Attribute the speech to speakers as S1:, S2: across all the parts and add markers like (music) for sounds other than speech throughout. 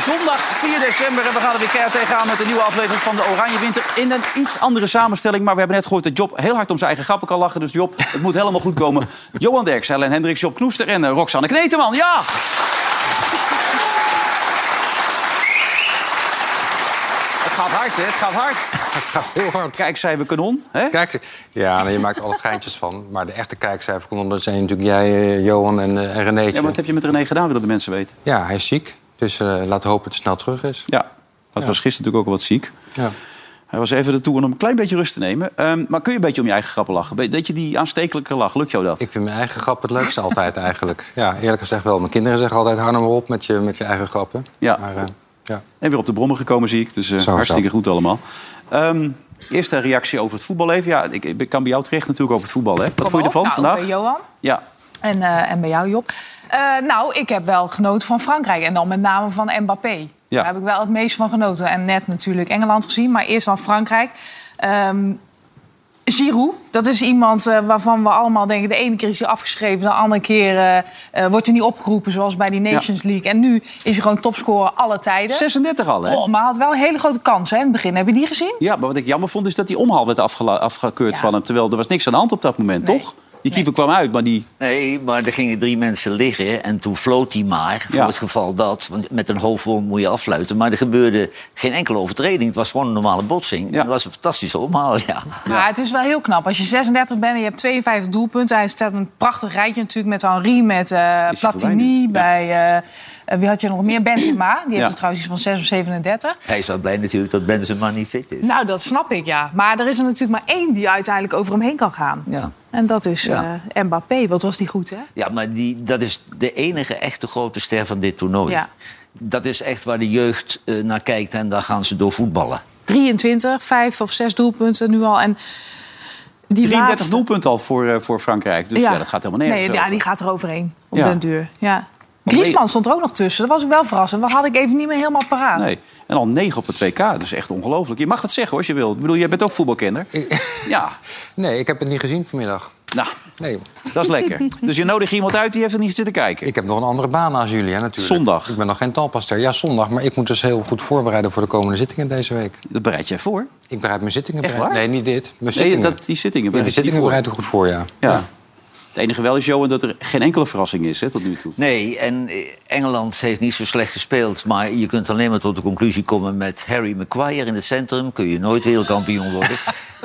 S1: Zondag 4 december en we gaan er weer keihard tegenaan met een nieuwe aflevering van de Oranje Winter. In een iets andere samenstelling, maar we hebben net gehoord dat Job heel hard om zijn eigen grappen kan lachen. Dus Job, het moet helemaal goed (laughs) komen. Johan Derks, Helen Hendricks, Job Knoester en eh, Roxanne Kneteman. Ja! Het gaat hard, hè? Het gaat hard.
S2: Het gaat heel hard.
S1: Kijk, zei we kanon. Hè?
S2: Kijk, ja, nou, je maakt er alle geintjes van. Maar de echte kijkcijfer zijn natuurlijk jij, eh, Johan en, eh, en Renéetje.
S1: Ja, maar wat heb je met René gedaan, willen de mensen weten?
S2: Ja, hij is ziek. Dus eh, laten we hopen dat hij snel terug is.
S1: Ja, dat was gisteren natuurlijk ook al wat ziek.
S2: Ja.
S1: Hij was even ertoe om een klein beetje rust te nemen. Ehm, maar kun je een beetje om je eigen grappen lachen? Be- Dat je die aanstekelijke lach, lukt jou dat?
S2: Ik vind mijn eigen grap het leukste altijd eigenlijk. Ja, eerlijk gezegd wel. Mijn kinderen zeggen altijd, hou nou maar op met je, met je eigen grappen.
S1: Ja.
S2: Maar, eh, ja.
S1: En weer op de brommen gekomen, zie ik. Dus eh,
S2: Zo, zo.
S1: hartstikke goed allemaal. Ehm eerste reactie over het voetbal even. Ja, ik, ik kan bij jou terecht natuurlijk over het voetbal. Hè? Wat
S3: Kom
S1: vond je
S3: op.
S1: ervan
S3: nou,
S1: vandaag?
S3: eh, Johan
S1: Ja,
S3: en, eh, en bij jou, Job. Eh, nou, ik heb wel genoten van Frankrijk. En dan met name van Mbappé. Daar heb ik wel het meest van genoten. En net natuurlijk Engeland gezien, maar eerst dan Frankrijk. Ehm Giroud, dat is iemand eh, waarvan we allemaal denken... de ene keer is hij afgeschreven, de andere keer eh, eh, wordt hij niet opgeroepen... zoals bij die Nations League. En nu is hij gewoon topscorer alle tijden.
S1: 36 al, hè?
S3: Oh, maar hij had wel een hele grote kans hè, in het begin. Heb je die gezien?
S1: Ja, maar wat ik jammer vond is dat die omhaal werd afgela- afgekeurd
S3: Ja.
S1: van hem. Terwijl er was niks aan de hand op dat moment,
S3: Nee.
S1: toch? Die keeper kwam uit, maar die...
S4: Nee, maar er gingen drie mensen liggen en toen floot hij maar. Voor
S1: Ja.
S4: het geval dat, want met een hoofdwond moet je affluiten. Maar er gebeurde geen enkele overtreding. Het was gewoon een normale botsing.
S1: Ja.
S4: Het was een fantastische omhaal, ja.
S3: Maar het is wel heel knap. Als je 36 bent en je hebt 52 doelpunten... hij staat een prachtig rijtje natuurlijk met Henri, met eh,
S1: voorbij nu?
S3: Platini...
S1: Ja.
S3: bij, eh, eh, wie had je nog meer? Benzema, die heeft
S1: Ja.
S3: er trouwens iets van 6 of 37.
S4: Hij is wel blij natuurlijk dat Benzema niet fit is.
S3: Nou, dat snap ik, ja. Maar er is er natuurlijk maar één die uiteindelijk over hem heen kan gaan.
S4: Ja.
S3: En dat is
S4: Ja.
S3: eh, Mbappé. Wat was die goed, hè?
S4: Ja, maar die, dat is de enige echte grote ster van dit toernooi.
S3: Ja.
S4: Dat is echt waar de jeugd eh, naar kijkt en daar gaan ze door voetballen.
S3: 23, 5 of 6 doelpunten nu al. En die
S1: 33
S3: laatste-
S1: doelpunten al voor, eh, voor Frankrijk. Dus ja. dat gaat helemaal nergens
S3: Nee, ja,
S1: over.
S3: die gaat er overheen. Op
S1: Ja.
S3: den duur. Ja. Griezmann stond er ook nog tussen. Dat was ik wel verrassend. Dat had ik even niet meer helemaal paraat.
S1: Nee. En al 9 op het WK, dat is echt ongelooflijk. Je mag het zeggen hoor, als je wil. Ik bedoel, jij bent ook voetbalkender.
S2: (laughs)
S1: Ja,
S2: Nee, ik heb het niet gezien vanmiddag.
S1: nou,
S2: Nee,
S1: dat is lekker. Dus je nodigt iemand uit, die heeft er niet zitten kijken.
S2: ik heb nog een andere baan als jullie hè, natuurlijk.
S1: Zondag.
S2: Ik ben nog geen talpaster. Ja, zondag. Maar ik moet dus heel goed voorbereiden voor de komende zittingen deze week.
S1: Dat bereid jij voor.
S2: Ik bereid mijn zittingen...
S1: Echt
S2: bereid-
S1: waar?
S2: Nee, niet dit. Mijn
S1: Nee,
S2: zittingen.
S1: dat, die zittingen
S2: Ja,
S1: bereid
S2: die
S1: je
S2: zittingen
S1: voor.
S2: bereid ik goed voor, ja.
S1: Ja. Het enige wel is, Johan, dat er geen enkele verrassing is hè, tot nu toe.
S4: Nee, en eh, Engeland heeft niet zo slecht gespeeld. Maar je kunt alleen maar tot de conclusie komen met Harry Maguire in het centrum. Kun je nooit wereldkampioen
S3: (laughs)
S4: worden.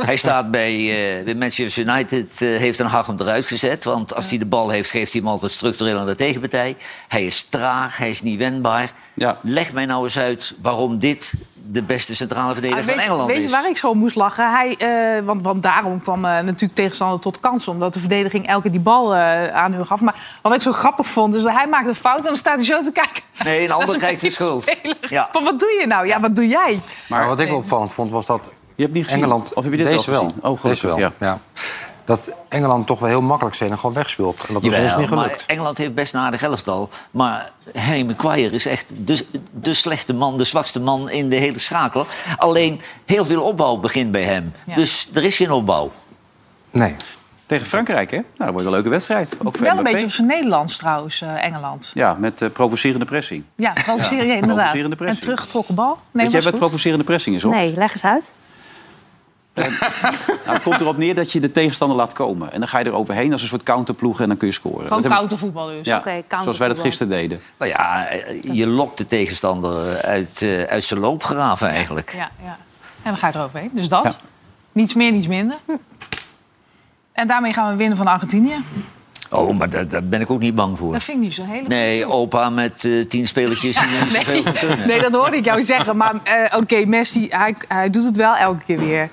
S4: hij staat bij, eh, bij Manchester United, eh, heeft een Hag hem eruit gezet. Want als hij de bal heeft, geeft hij hem altijd structureel aan de tegenpartij. Hij is traag, hij is niet wendbaar.
S1: Ja.
S4: Leg mij nou eens uit waarom dit de beste centrale verdediger
S3: Ah,
S4: van
S3: weet,
S4: Engeland
S3: weet je
S4: is.
S3: waar ik zo om moest lachen? Hij, eh, want, want daarom kwam eh, natuurlijk tegenstander tot kansen. Omdat de verdediging elke keer die bal eh, aan hun gaf. Maar wat ik zo grappig vond, is dat hij maakt een fout en dan staat hij zo te kijken.
S4: Nee,
S3: (laughs)
S4: een ander
S3: Naar zijn
S4: krijgt de schuld.
S3: speler.
S4: Ja.
S3: Van wat doe je nou? Ja, wat doe jij?
S2: Maar, wat ik opvallend vond, was dat
S1: Je hebt niet gezien?
S2: Engeland...
S1: Of heb je dit
S2: deze
S1: wel
S2: wel,
S1: gezien? Oh, gelukkig,
S2: deze wel,
S1: ja.
S2: ja. Dat Engeland toch wel heel makkelijk Senegal wegspeelt. En dat is ons
S4: Jawel,
S2: niet gelukt.
S4: maar Engeland heeft best een aardig elftal. Maar Harry Maguire is echt de, de slechte man, de zwakste man in de hele schakel. Alleen heel veel opbouw begint bij hem.
S3: Ja.
S4: Dus er is geen opbouw.
S2: Nee.
S1: Tegen Frankrijk, hè? Nou, dat wordt een leuke wedstrijd. Ook voor
S3: Wel een
S1: Mbappé.
S3: beetje op zijn Nederlands trouwens, eh, Engeland.
S1: Ja, met eh, provocerende pressing.
S3: Ja, provoceer je inderdaad.
S1: provocerende
S3: En
S1: pressie.
S3: teruggetrokken bal. Nee,
S1: Weet jij
S3: was
S1: wat
S3: goed.
S1: provocerende pressing is, hoor?
S5: Nee, leg eens uit.
S1: Nou, het komt erop neer dat je de tegenstander laat komen. En dan ga je er overheen als een soort counterploegen en dan kun je scoren. Dat
S3: Gewoon
S1: heb ik-
S3: countervoetbal dus.
S1: Ja,
S5: Oké, countervoetbal.
S1: zoals wij dat gisteren deden.
S4: Nou ja, eh, je lokt de tegenstander uit, eh, uit zijn loopgraven eigenlijk.
S3: Ja, ja. En dan ga je eroverheen. Dus dat.
S1: Ja.
S3: Niets meer, niets minder. En daarmee gaan we winnen van Argentinië.
S4: Oh, maar daar, daar ben ik ook niet bang voor.
S3: Dat vind ik niet zo'n hele...
S4: Nee, opa met eh, tien spelertjes die
S3: (laughs)
S4: niet zoveel van kunnen.
S3: Nee, dat hoorde ik jou zeggen. Maar eh, oké, Messi, hij, hij doet het wel elke keer weer.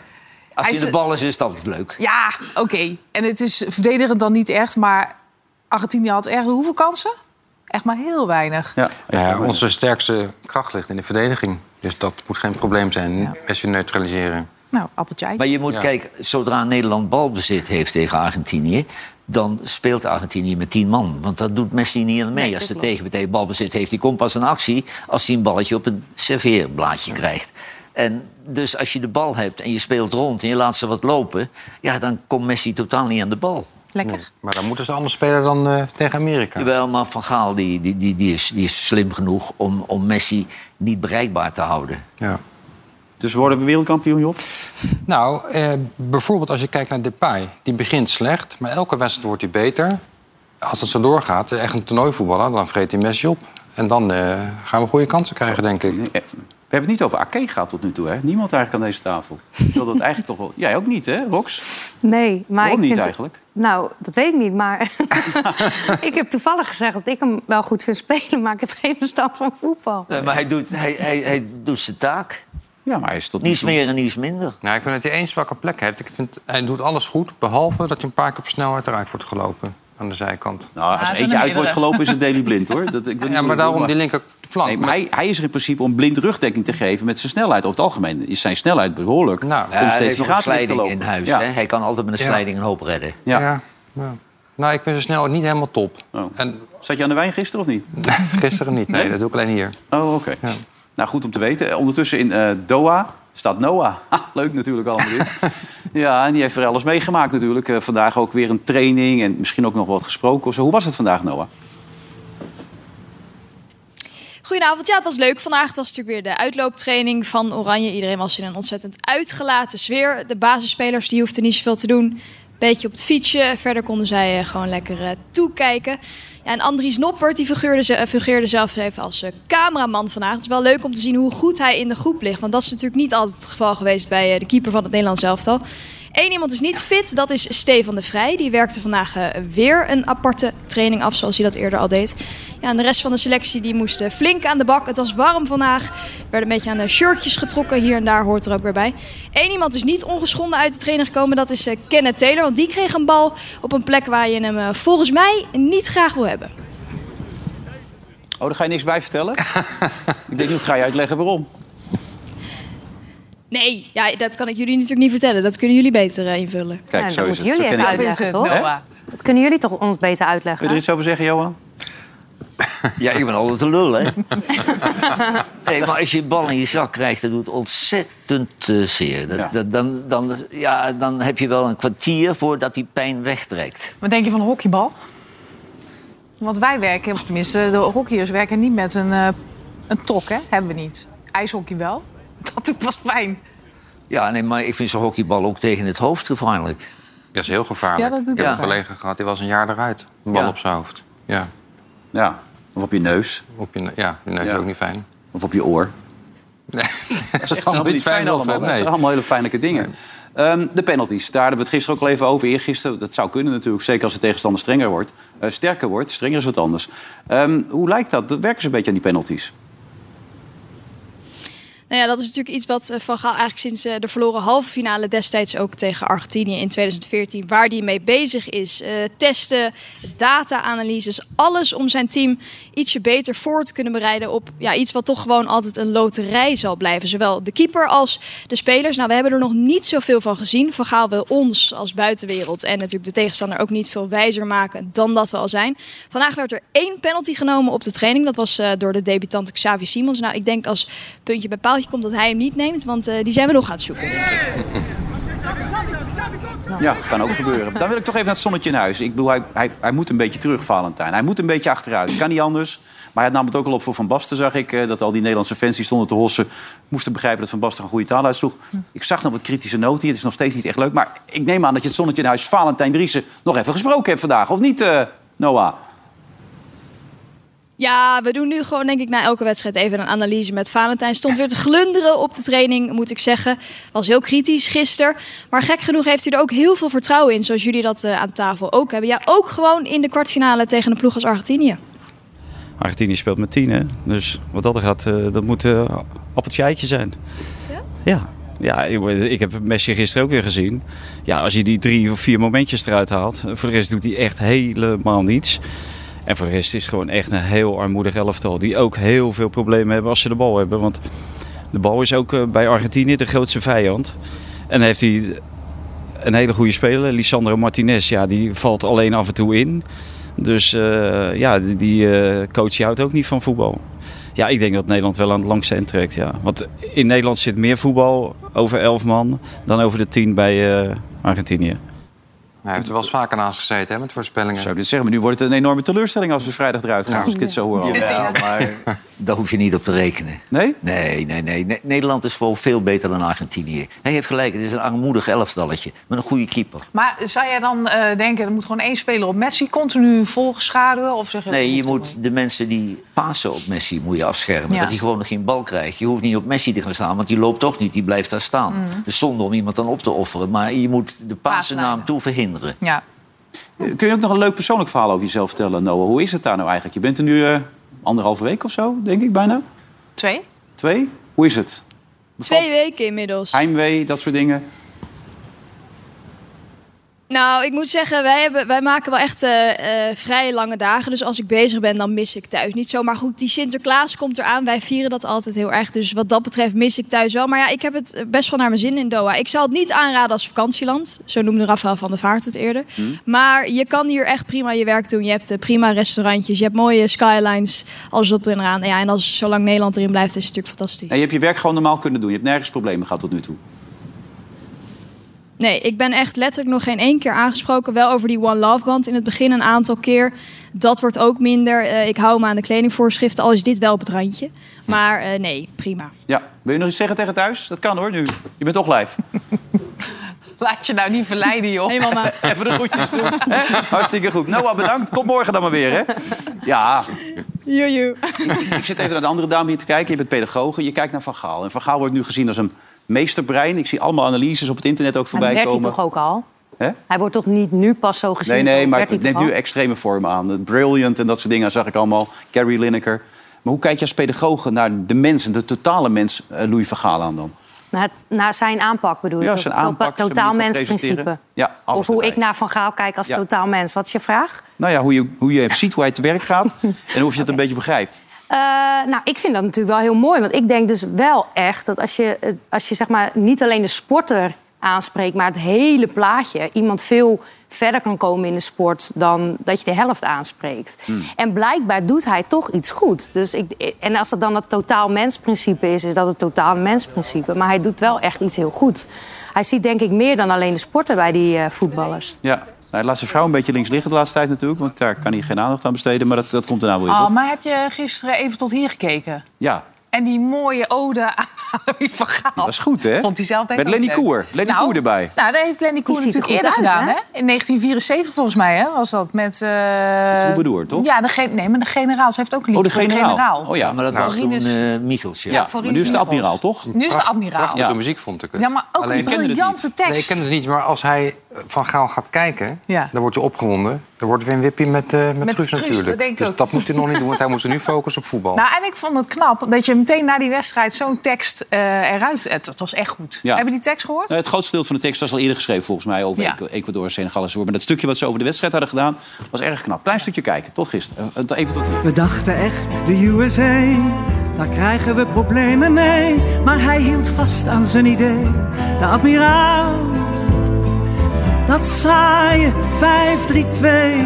S4: Als
S3: hij
S4: hij in de
S3: is-
S4: bal is, is dat altijd leuk.
S3: Ja, oké. En het is verdedigend dan niet echt, maar Argentinië had erg hoeveel kansen? Echt maar heel weinig.
S1: Ja,
S2: Ja, onze sterkste kracht ligt in de verdediging. Dus dat moet geen probleem zijn. Messi neutraliseren.
S3: Nou, appeltje. eitje.
S4: Maar je moet kijken, zodra Nederland balbezit heeft tegen Argentinië... dan speelt Argentinië met tien man. Want dat doet Messi niet aan mee. als de tegenpartij balbezit heeft, die komt pas in actie... als hij een balletje op een serveerblaadje krijgt. En dus als je de bal hebt en je speelt rond en je laat ze wat lopen... ja, dan komt Messi totaal niet aan de bal.
S3: Lekker.
S2: Maar dan moeten ze anders spelen dan eh, tegen Amerika.
S4: Jawel, maar Van Gaal die, die, die, die is, die is slim genoeg om, om Messi niet bereikbaar te houden.
S2: Ja.
S1: Dus worden we wereldkampioen, Job?
S2: Nou, eh, bijvoorbeeld als je kijkt naar Depay. Die begint slecht, maar elke wedstrijd wordt hij beter. Als het zo doorgaat, eh, echt een toernooivoetballer, dan vreet hij Messi op. En dan eh, gaan we goede kansen krijgen, denk ik.
S1: Eh, We hebben het niet over Ake gehad tot nu toe, hè? Niemand eigenlijk aan deze tafel. Ik wil dat eigenlijk toch wel... Jij ook niet, hè, Rox?
S5: Nee, maar
S1: Waarom
S5: ik
S1: niet
S5: vind...
S1: eigenlijk?
S5: Nou, dat weet ik niet, maar (laughs) ik heb toevallig gezegd dat ik hem wel goed vind spelen, maar ik heb geen verstand van voetbal.
S4: Eh, maar hij doet, hij, hij, hij doet zijn taak.
S1: Ja, maar hij is tot nu
S4: Niets
S1: toe...
S4: meer en niets minder.
S2: Nou, ik vind dat hij één zwakke plek heeft. Ik vind, hij doet alles goed, behalve dat hij een paar keer op snelheid eruit wordt gelopen. Aan de zijkant.
S1: Nou, als
S3: Ja,
S1: er
S3: er
S1: eentje
S3: zijn er
S1: uit wordt
S3: meerdere.
S1: gelopen, is het Daily Blind, hoor. Dat, ik wil niet
S2: Ja, maar
S1: moeilijk
S2: daarom
S1: doen,
S2: die linker flank.
S1: Nee, maar hij, hij is er in principe om blind rugdekking te geven met zijn snelheid. Over het algemeen is zijn snelheid behoorlijk.
S2: Nou.
S1: om
S2: Ja,
S4: Ja, hij
S1: steeds
S4: heeft nog
S1: die
S4: een
S1: gaten in te
S4: slijding
S1: lopen.
S4: in huis.
S1: Ja.
S4: Hè? Hij kan altijd met een
S2: Ja.
S4: slijding een hoop redden.
S1: Ja.
S2: Ja, ja. Nou, ik vind zijn snelheid niet helemaal top.
S1: Oh.
S2: En (laughs)
S1: Zat je aan de wijn gisteren of niet?
S2: gisteren niet. Nee, dat doe ik alleen hier.
S1: Oh, oké.
S2: Ja.
S1: Nou, goed om te weten. Ondertussen in eh, Doha staat Noah. (laughs) Ha, leuk natuurlijk allemaal (laughs) dit. ja, en die heeft er alles meegemaakt natuurlijk. Eh, vandaag ook weer een training en misschien ook nog wat gesproken. Of zo. Hoe was het vandaag, Noah?
S6: Goedenavond, ja, het was leuk. Vandaag Het was natuurlijk weer de uitlooptraining van Oranje. Iedereen was in een ontzettend uitgelaten sfeer. De basisspelers die hoefden niet zoveel te doen. Beetje op het fietsje. Verder konden zij eh, gewoon lekker eh, toekijken. Ja, en Andries Noppert die figuurde, ze- eh, figureerde zelf even als eh, cameraman vandaag. Het is wel leuk om te zien hoe goed hij in de groep ligt. Want dat is natuurlijk niet altijd het geval geweest bij eh, de keeper van het Nederlands elftal. Eén iemand is niet fit, dat is Stefan de Vrij. Die werkte vandaag eh, weer een aparte training af, zoals hij dat eerder al deed. Ja, en de rest van de selectie die moest eh, flink aan de bak. Het was warm vandaag. Er werden een beetje aan de shirtjes getrokken. Hier en daar hoort er ook weer bij. Eén iemand is niet ongeschonden uit de training gekomen. Dat is eh, Kenneth Taylor. Want die kreeg een bal op een plek waar je hem eh, volgens mij niet graag wil hebben.
S1: Oh, daar ga je niks bij (laughs) vertellen? ik denk, nu ga je uitleggen waarom.
S6: Nee, ja, dat kan ik jullie natuurlijk niet vertellen. Dat kunnen jullie beter eh, invullen.
S1: Kijk,
S5: Nou,
S1: zo
S5: dan
S1: is
S5: moeten
S1: het.
S5: jullie
S1: Zo
S5: even
S1: ken ik-
S3: Is
S5: uitleggen,
S3: het,
S5: toch?
S3: Noah?
S5: Dat kunnen jullie toch ons beter
S1: Kun je er
S5: uitleggen?
S1: iets over zeggen, Johan?
S4: (laughs) Ja, ik ben altijd te lul, hè? (laughs) nee, maar als je een bal in je zak krijgt, dat doet ontzettend eh, zeer. Dat,
S1: Ja.
S4: dat- dan, dan, ja, dan heb je wel een kwartier voordat die pijn wegtrekt.
S3: Wat denk je van een hockeybal? Want wij werken, of tenminste, de hockeyers werken niet met een, eh, een tok, hè? Hebben we niet. IJshockey wel. (laughs) Dat doet pas pijn.
S4: Ja, nee, maar ik vind zo'n hockeybal ook tegen het hoofd gevaarlijk.
S2: Dat is heel gevaarlijk.
S3: Ja, dat doet
S2: ik heb
S4: ook
S2: een collega gehad, die was een jaar eruit. Een bal
S1: Ja.
S2: op zijn hoofd. Ja,
S1: Ja, of op je neus,
S2: op je, ne- ja, je neus
S1: Ja.
S2: is ook niet fijn.
S1: of op je oor.
S2: Dat
S1: (laughs) Dat is allemaal niet fijn
S2: of
S1: allemaal. Dat zijn allemaal hele pijnlijke dingen. Ehm, de penalties, daar hadden we het gisteren ook al even over. Eergisteren, dat zou kunnen natuurlijk. Zeker als de tegenstander strenger wordt. Eh, sterker wordt, strenger is wat anders. Ehm, hoe lijkt dat? Werken ze een beetje aan die penalties?
S6: Nou ja, dat is natuurlijk iets wat eh, Van Gaal eigenlijk sinds eh, de verloren halve finale destijds ook tegen Argentinië in 2014, waar die mee bezig is. Eh, testen, data-analyses, alles om zijn team ietsje beter voor te kunnen bereiden op ja, iets wat toch gewoon altijd een loterij zal blijven. Zowel de keeper als de spelers. Nou, we hebben er nog niet zoveel van gezien. Van Gaal wil ons als buitenwereld en natuurlijk de tegenstander ook niet veel wijzer maken dan dat we al zijn. Vandaag werd er één penalty genomen op de training. Dat was eh, door de debutant Xavi Simons. Nou, ik denk als puntje bij paaltje komt dat hij hem niet neemt, want eh, die zijn we nog aan het zoeken.
S1: Ja, kan ook gebeuren. Dan wil ik toch even naar het zonnetje in huis. Ik bedoel, hij, hij, hij moet een beetje terug, Valentijn. Hij moet een beetje achteruit. Kan niet anders. Maar hij nam het ook al op voor Van Basten, zag ik. eh, Dat al die Nederlandse fans die stonden te hossen... moesten begrijpen dat Van Basten een goede taal uitsloeg. Ik zag nog wat kritische noten hier. Het is nog steeds niet echt leuk. Maar ik neem aan dat je het zonnetje in huis, Valentijn Driessen... nog even gesproken hebt vandaag, of niet, eh, Noah?
S6: Ja, we doen nu gewoon, denk ik, na elke wedstrijd even een analyse met Valentijn. Stond weer te glunderen op de training, moet ik zeggen. Was heel kritisch gisteren. Maar gek genoeg heeft hij er ook heel veel vertrouwen in, zoals jullie dat eh, aan tafel ook hebben. Ja, ook gewoon in de kwartfinale tegen een ploeg als Argentinië.
S7: Argentinië speelt met 10, hè? Dus wat dat er gaat, eh, dat moet eh appeltje eitje zijn. Ja? Ja, ik, ik heb Messi gisteren ook weer gezien. Ja, als je die drie of vier momentjes eruit haalt, voor de rest doet hij echt helemaal niets. En voor de rest is het gewoon echt een heel armoedig elftal. Die ook heel veel problemen hebben als ze de bal hebben. Want de bal is ook eh, bij Argentinië de grootste vijand. En dan heeft hij een hele goede speler, Lisandro Martinez. Ja, die valt alleen af en toe in. Dus eh, ja, die, die eh, coach die houdt ook niet van voetbal. Ja, ik denk dat Nederland wel aan het langste eind trekt. Ja. Want in Nederland zit meer voetbal over elf man dan over de tien bij eh, Argentinië.
S2: Hij heeft er wel eens vaker naast gezeten hè, met voorspellingen.
S1: Zou ik dit zeggen? Dus Maar nu wordt het een enorme teleurstelling als we vrijdag eruit gaan. Als ik dit zo hoor. al.
S4: Jawel, maar daar hoef je niet op te rekenen.
S1: Nee?
S4: Nee, nee, nee. Ne- Nederland is gewoon veel beter dan Argentinië. Hij heeft gelijk, het is een armoedig elftalletje. Met een goede keeper.
S3: Maar zou jij dan eh, denken, er moet gewoon één speler op Messi continu volgeschaduwen? Of zeg,
S4: Nee, je moet de mensen die pasen op Messi moet je afschermen.
S3: Ja.
S4: Dat hij gewoon nog geen bal krijgt. Je hoeft niet op Messi te gaan staan, want die loopt toch niet. Die blijft daar staan.
S3: Mhm.
S4: Dus zonde om iemand dan op te offeren. Maar je moet de pasen naar hem toe verhinderen.
S3: Ja.
S1: Kun je ook nog een leuk persoonlijk verhaal over jezelf vertellen, Noah? Hoe is het daar nou eigenlijk? Je bent er nu eh, anderhalve week of zo, denk ik bijna.
S3: Twee?
S1: Twee? Hoe is het?
S6: Twee weken inmiddels.
S1: Heimwee, dat soort dingen.
S6: Nou, ik moet zeggen, wij, hebben, wij maken wel echt eh, eh, vrij lange dagen. Dus als ik bezig ben, dan mis ik thuis niet zo. Maar goed, die Sinterklaas komt eraan. Wij vieren dat altijd heel erg. Dus wat dat betreft mis ik thuis wel. Maar ja, ik heb het eh, best wel naar mijn zin in Doha. Ik zou het niet aanraden als vakantieland. Zo noemde Rafael van der Vaart het eerder. Maar je kan hier echt prima je werk doen. Je hebt eh, prima restaurantjes. Je hebt mooie skylines. Alles op en eraan. Ja, en als zolang Nederland erin blijft, is het natuurlijk fantastisch.
S1: En je hebt je werk gewoon normaal kunnen doen. Je hebt nergens problemen gehad tot nu toe.
S6: Nee, ik ben echt letterlijk nog geen één keer aangesproken. Wel over die One Love Band in het begin een aantal keer. Dat wordt ook minder. Eh, ik hou me aan de kledingvoorschriften, al is dit wel op het randje. Maar eh, nee, prima.
S1: Ja. Wil je nog iets zeggen tegen thuis? Dat kan hoor, nu. Je bent toch live.
S3: Laat je nou niet verleiden, joh.
S6: Hey mama.
S1: Even de groetjes doen. hè? Hartstikke goed. Noah, bedankt. Tot morgen dan maar weer, hè? Ja,
S6: (laughs) Joejoe.
S1: Ik zit even naar de andere dame hier te kijken. Je bent pedagoge, je kijkt naar Van Gaal. En Van Gaal wordt nu gezien als een meesterbrein. Ik zie allemaal analyses op het internet ook
S5: Maar dat
S1: voorbij
S5: werd hij
S1: komen.
S5: toch ook al?
S1: Hè?
S5: Hij wordt toch niet nu pas zo gezien?
S1: nee, nee,
S5: zo
S1: maar
S5: werd hij
S1: het neemt
S5: toch
S1: nu
S5: al?
S1: extreme vormen aan. Het Brilliant en dat soort dingen zag ik allemaal. Gary Lineker. Maar hoe kijk je als pedagoge naar de mensen, de totale mens, eh, Louis Van Gaal aan dan?
S5: Na, na zijn aanpak bedoel je?
S1: Ja,
S5: toch?
S1: zijn
S5: Op- op
S1: aanpak,
S5: het
S1: zijn
S5: Totaal
S1: manier van
S5: mensprincipe.
S1: presenteren. Ja, alles
S5: of hoe
S1: erbij.
S5: ik naar Van Gaal kijk als
S1: Ja.
S5: totaal mens. Wat is je vraag?
S1: Nou ja, hoe je, hoe je ziet hoe hij te werk gaat en of je het een beetje begrijpt.
S5: Eh, nou, ik vind dat natuurlijk wel heel mooi. Want ik denk dus wel echt dat als je, eh, als je zeg maar, niet alleen de sporter aanspreekt... maar het hele plaatje, iemand veel verder kan komen in de sport... dan dat je de helft aanspreekt.
S1: Hmm.
S5: En blijkbaar doet hij toch iets goed. Dus ik, en als dat dan het totaal mensprincipe is, is dat het totaal mensprincipe. Maar hij doet wel echt iets heel goed. Hij ziet denk ik meer dan alleen de sporter bij die eh, voetballers.
S1: Ja. Nou, hij laat zijn vrouw een beetje links liggen de laatste tijd natuurlijk. Want daar kan hij geen aandacht aan besteden. Maar dat, dat komt daarna wel weer.
S3: Ah,
S1: toch?
S3: maar heb je gisteren even tot hier gekeken?
S1: Ja, Oh,
S3: En die mooie ode aan Louis van Gaal.
S1: dat is goed hè?
S3: Vond hij zelf denk ik
S1: Met
S3: ook
S1: Lenny
S3: leuk.
S1: Koer. Lenny
S3: Nou,
S1: Koer erbij.
S3: Nou, daar heeft Lenny Koer
S5: ziet er
S3: natuurlijk
S5: goed
S3: eerder
S5: uit,
S3: gedaan,
S5: hè?
S3: hè? In 1974 volgens mij, hè, was dat met... eh
S1: Met Troubadour, toch?
S3: Ja, de ge- nee, maar de generaal. Ze heeft ook een lied
S1: Oh, de
S3: voor
S1: generaal. Oh ja,
S4: Ja, maar dat was toen
S3: Rinus-
S4: eh Michels, ja.
S1: ja.
S3: voor
S1: maar nu is de
S3: Rinus
S1: admiraal toch?
S3: Nu is de admiraal.
S2: Prachtige
S1: Ja.
S2: muziek vond ik het.
S3: Ja, maar ook
S2: Alleen-
S3: een
S1: kende het
S3: briljante tekst.
S2: Nee, ik ken het niet, maar als hij van Gaal gaat kijken,
S3: Ja.
S2: dan wordt hij opgewonden. Dan wordt weer een wippie met, eh met,
S3: Met
S2: Truus
S3: Truus,
S2: natuurlijk.
S3: dat denk ik
S2: dus
S3: ook.
S2: dat moest hij nog niet doen, want hij moest er nu focussen op voetbal.
S3: Nou, en ik vond het knap dat je meteen na die wedstrijd zo'n tekst eh, eruit zet. Dat was echt goed.
S1: Ja.
S3: Hebben die tekst gehoord?
S1: Nou, het grootste deel van de tekst was al eerder geschreven volgens mij over
S3: Ja.
S1: Ecu- Ecuador, Senegal en zo. Maar dat stukje wat ze over de wedstrijd hadden gedaan was erg knap. Klein stukje kijken, tot gisteren. Eh, eh, Even tot hier.
S8: We dachten echt, de USA, daar krijgen we problemen mee. Maar hij hield vast aan zijn idee, de admiraal. Dat saaie 5-3-2.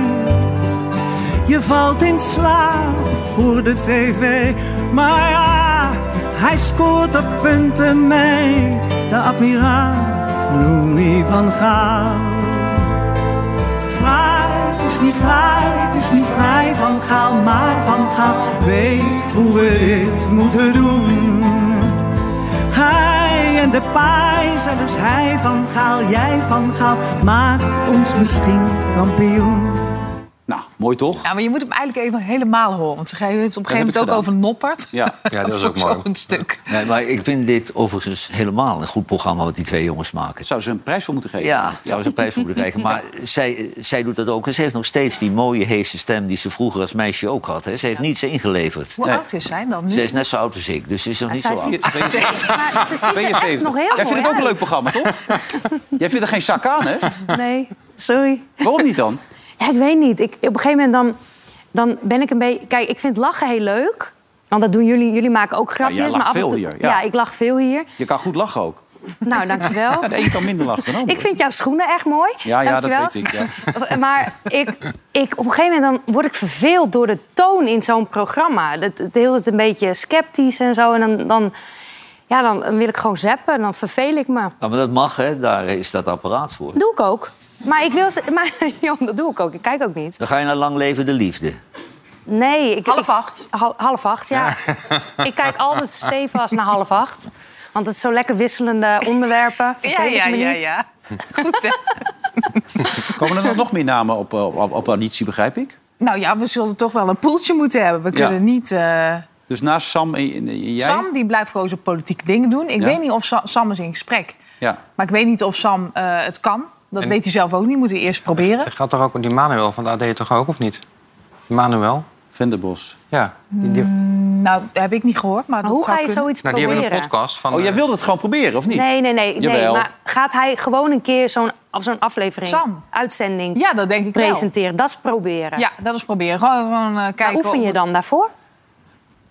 S8: Je valt in slaap voor de tv. Maar ja, hij scoort op punten mee. De admiraal Louis van Gaal. Vrij, het is niet vrij, het is niet vrij van Gaal, maar van Gaal weet hoe we dit moeten doen. Hij en de paai zijn dus hij van Gaal, jij van Gaal, maakt ons misschien kampioen.
S1: Nou, mooi toch?
S3: Ja, maar je moet hem eigenlijk even helemaal horen. Want ze ge- heeft op een gegeven
S1: heb ik
S3: moment ook
S1: gedaan.
S3: over Noppert.
S1: Ja.
S2: ja, dat is ook mooi.
S3: (laughs) Zo'n stuk.
S4: Nee, maar ik vind dit overigens helemaal een goed programma wat die twee jongens maken.
S1: Zou ze een prijs voor moeten geven?
S4: Ja, zou ze een prijs voor moeten
S3: (laughs)
S4: krijgen. Maar zij, eh, zij doet dat ook. En ze heeft nog steeds die mooie, heese stem die ze vroeger als meisje ook had. Hè. Ze heeft niets ingeleverd.
S3: Hoe
S1: Nee.
S3: oud is zij dan nu?
S4: Ze is net zo oud als ik, dus ze is nog niet zo
S5: zij
S4: oud.
S5: is
S1: Hier,
S5: (laughs)
S1: 72.
S5: Maar ze ziet er echt
S1: 72.
S5: nog heel
S1: Jij
S5: mooi
S1: vindt het ook een leuk
S5: uit.
S1: programma, toch? Jij vindt er geen zak aan, hè?
S5: Nee, sorry.
S1: Waarom niet dan?
S5: Ja, ik weet niet. Ik, op een gegeven moment dan, dan ben ik een beetje... Kijk, ik vind lachen heel leuk. Want dat doen jullie. Jullie maken ook grapjes.
S1: jij lacht
S5: maar af en
S1: veel
S5: toe-
S1: hier, ja.
S5: Ja. ik lach veel hier.
S1: Je kan goed lachen ook.
S5: Nou,
S1: (laughs)
S5: dankjewel.
S1: Ja, de een kan minder lachen dan de ander.
S5: Ik vind jouw schoenen echt mooi.
S1: Ja, ja, dat
S5: Dankjewel.
S1: weet ik.
S5: (laughs)
S1: Ja.
S5: Maar ik, ik, op een gegeven moment dan word ik verveeld door de toon in zo'n programma. Dat, het heel het een beetje sceptisch en zo. En dan, dan, ja, dan wil ik gewoon zappen. Dan verveel ik me.
S4: Ja, maar dat mag, hè. daar is dat apparaat voor.
S5: Doe ik ook. Maar ik wil... ze- (laughs) Maar, Jan, dat doe ik ook. Ik kijk ook niet.
S4: Dan ga je naar Lang Leven de Liefde.
S5: Nee. Ik,
S3: Half
S5: ik-
S3: acht.
S5: Hal- half acht, ja. (laughs) ik kijk altijd stevast naar half acht. Want het is zo lekker wisselende onderwerpen.
S3: Ja, ja, ja, ja. Goed, hè?
S1: Komen er nog- nog meer namen op, eh, op, op, op auditie, begrijp ik?
S3: Nou ja, we zullen toch wel een poeltje moeten hebben. We
S1: Ja.
S3: kunnen niet... eh,
S1: Dus naast Sam en, en- en jij?
S3: Sam die blijft gewoon zijn politieke dingen doen. Ik
S1: Ja.
S3: weet niet of Sa- Sam is in gesprek.
S1: Ja.
S3: Maar ik weet niet of Sam eh, het kan. Dat weet hij zelf ook niet. Moeten we eerst proberen.
S2: Dat gaat toch ook die Manuel van de AD toch ook, of niet? Manuel?
S1: Venderbos.
S2: Ja. Die, die,
S3: Nou, dat heb ik niet gehoord. Maar,
S5: Maar
S3: dat
S5: hoe
S3: zou
S5: ga je
S3: kunnen.
S5: zoiets
S2: nou, die hebben een
S5: proberen?
S2: podcast van...
S1: Oh, jij
S2: eh,
S1: wilde het gewoon proberen, of niet?
S5: Nee, nee, nee. nee
S1: Jawel.
S5: maar gaat hij gewoon een keer zo'n of zo'n aflevering,
S3: Sam.
S5: uitzending
S3: Ja, dat denk ik wel.
S5: presenteren? Dat is proberen.
S3: Ja, dat is proberen. Gewoon, gewoon eh, kijken.
S5: Maar oefen
S3: of-
S5: je dan daarvoor?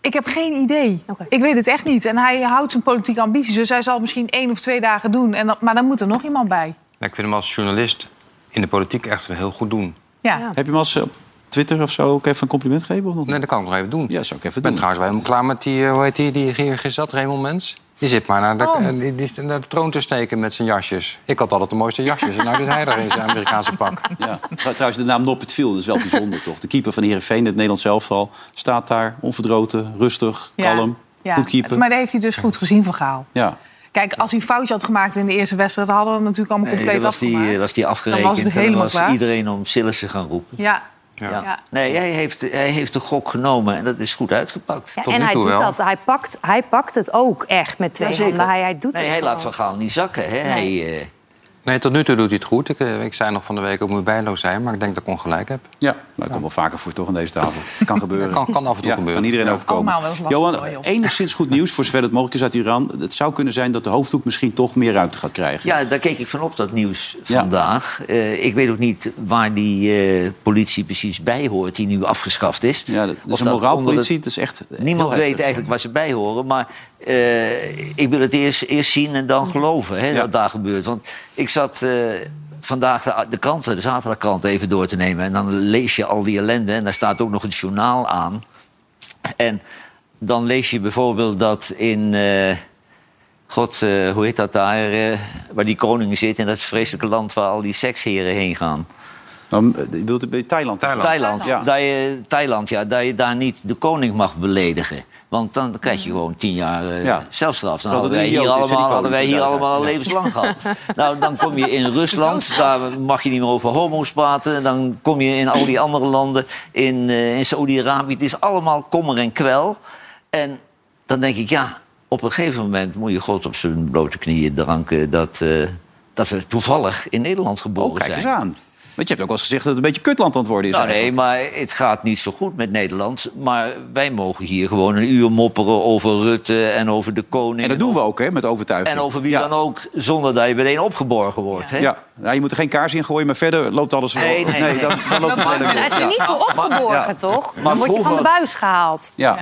S3: Ik heb geen idee.
S5: Oké.
S3: Ik weet het echt niet. En hij houdt zijn politieke ambities. Dus hij zal misschien één of twee dagen doen. En dan- maar dan moet er nog iemand bij.
S2: nou, ik vind hem als journalist in de politiek echt wel heel goed doen.
S3: Ja.
S5: Ja.
S1: Heb je hem als eh, op Twitter of zo ook even een compliment gegeven? Of nog? niet?
S2: Nee, dat kan ik nog even doen.
S1: Ja, zou ik even
S2: Ik ben
S1: doen.
S2: trouwens wel helemaal klaar met die, eh, hoe heet die, die hier zat, Raymond Mens. Die zit maar naar de,
S3: Oh.
S2: eh, die, die is naar de troon te steken met zijn jasjes. Ik had altijd de mooiste jasjes en nou zit hij daar in zijn Amerikaanse pak.
S1: Ja. Trou- Trouwens, de naam Noppet viel, dat is wel bijzonder, toch? De keeper van Heerenveen, het Nederlands elftal, staat daar onverdroten, rustig,
S3: Ja.
S1: kalm,
S3: Ja.
S1: goed keeper.
S3: Maar daar heeft hij dus goed gezien van Gaal.
S1: Ja.
S3: Kijk, als hij een foutje had gemaakt in de eerste wedstrijd... hadden we hem natuurlijk allemaal
S4: Nee,
S3: compleet
S4: dan was
S3: afgemaakt.
S4: die, eh, was die afgerekend.
S3: Dan was het
S4: en
S3: helemaal
S4: was
S3: klaar.
S4: iedereen om Sillissen gaan roepen.
S3: Ja.
S2: Ja.
S3: Ja.
S4: Nee, hij heeft, hij heeft de gok genomen en dat is goed uitgepakt.
S5: Ja,
S2: Tot
S5: en
S2: nu
S5: hij
S2: toe
S5: doet
S2: wel.
S5: dat. Hij pakt, hij pakt het ook echt met twee
S4: Jazeker.
S5: handen. Hij, hij doet
S4: nee,
S5: het
S4: hij laat
S5: gewoon.
S4: Van Gaal niet zakken. Hè? Hij, eh,
S2: Nee, tot nu toe doet hij het goed. Ik, eh, ik zei nog van de week, ik moet bijloos zijn, maar ik denk dat ik ongelijk heb.
S1: Ja, nou, dat komt wel vaker voor toch aan deze tafel. Kan gebeuren.
S2: Kan- kan af en toe
S1: Ja,
S2: gebeuren.
S1: Kan iedereen
S2: Ja.
S1: overkomen.
S3: Allemaal wel eens lastig,
S1: Johan,
S3: hoor, joh.
S1: enigszins goed nieuws voor zover het mogelijk is uit Iran. Het zou kunnen zijn dat de hoofddoek misschien toch meer ruimte gaat krijgen.
S4: ja, daar keek ik van op, dat nieuws
S1: Ja.
S4: vandaag. Eh, ik weet ook niet waar die eh, politie precies bij hoort, die nu afgeschaft is.
S1: Ja, dat is
S4: Of
S1: een
S4: onder het-
S1: moraalpolitie. Dat is echt
S4: eh, Niemand
S1: heel
S4: weet
S1: heftig.
S4: eigenlijk waar ze bij horen. Maar eh, ik wil het eerst, eerst zien en dan geloven hè,
S1: Ja.
S4: dat daar gebeurt. Want ik zat eh, vandaag de, de kranten, de zaterdagkrant even door te nemen. En dan lees je al die ellende. En daar staat ook nog het journaal aan. En dan lees je bijvoorbeeld dat in... eh, God, eh, hoe heet dat daar? eh, waar die koning zit in dat vreselijke land waar al die seksheren heen gaan.
S1: Nou, eh, je bedoelt bij Thailand.
S2: Thailand.
S4: Thailand.
S1: Ja.
S4: Dat je, Thailand, ja. Dat je daar niet de koning mag beledigen. Want dan krijg je gewoon tien jaar eh,
S1: Mm. Ja.
S4: celstraf. Dan
S1: Terwijl
S4: hadden wij
S1: het een
S4: hier
S1: idioot is, hè, die
S4: allemaal, hadden wij
S1: koning
S4: hier
S1: vandaag,
S4: allemaal levenslang gehad.
S1: (laughs)
S4: Nou, dan kom je in Rusland. Daar mag je niet meer over homo's praten. Dan kom je in al die andere landen. In, eh, in Saudi-Arabië. Het is allemaal kommer en kwel. En dan denk ik, ja... Op een gegeven moment moet je God op zijn blote knieën danken... dat, eh, dat we toevallig in Nederland geboren
S1: Oh, kijk
S4: zijn.
S1: eens aan. Want je hebt ook wel eens gezegd dat het een beetje kutland aan het worden is.
S4: Nou, nee,
S1: eigenlijk.
S4: maar het gaat niet zo goed met Nederland. Maar wij mogen hier gewoon een uur mopperen over Rutte en over de koning.
S1: En dat doen we ook, hè, met overtuiging.
S4: En over wie
S1: Ja.
S4: dan ook, zonder dat je meteen opgeborgen wordt. Hè?
S1: Ja, nou, je moet er geen kaars in gooien, maar verder loopt alles wel.
S4: Nee, nee, nee.
S1: dan, dan loopt het
S3: Dat
S1: wel
S3: maakt
S5: Daar
S1: leuk.
S5: is je niet voor opgeborgen,
S1: Ja.
S5: toch? Dan
S4: Maar
S5: word je van de
S4: vroeger-
S5: buis gehaald.
S1: Ja,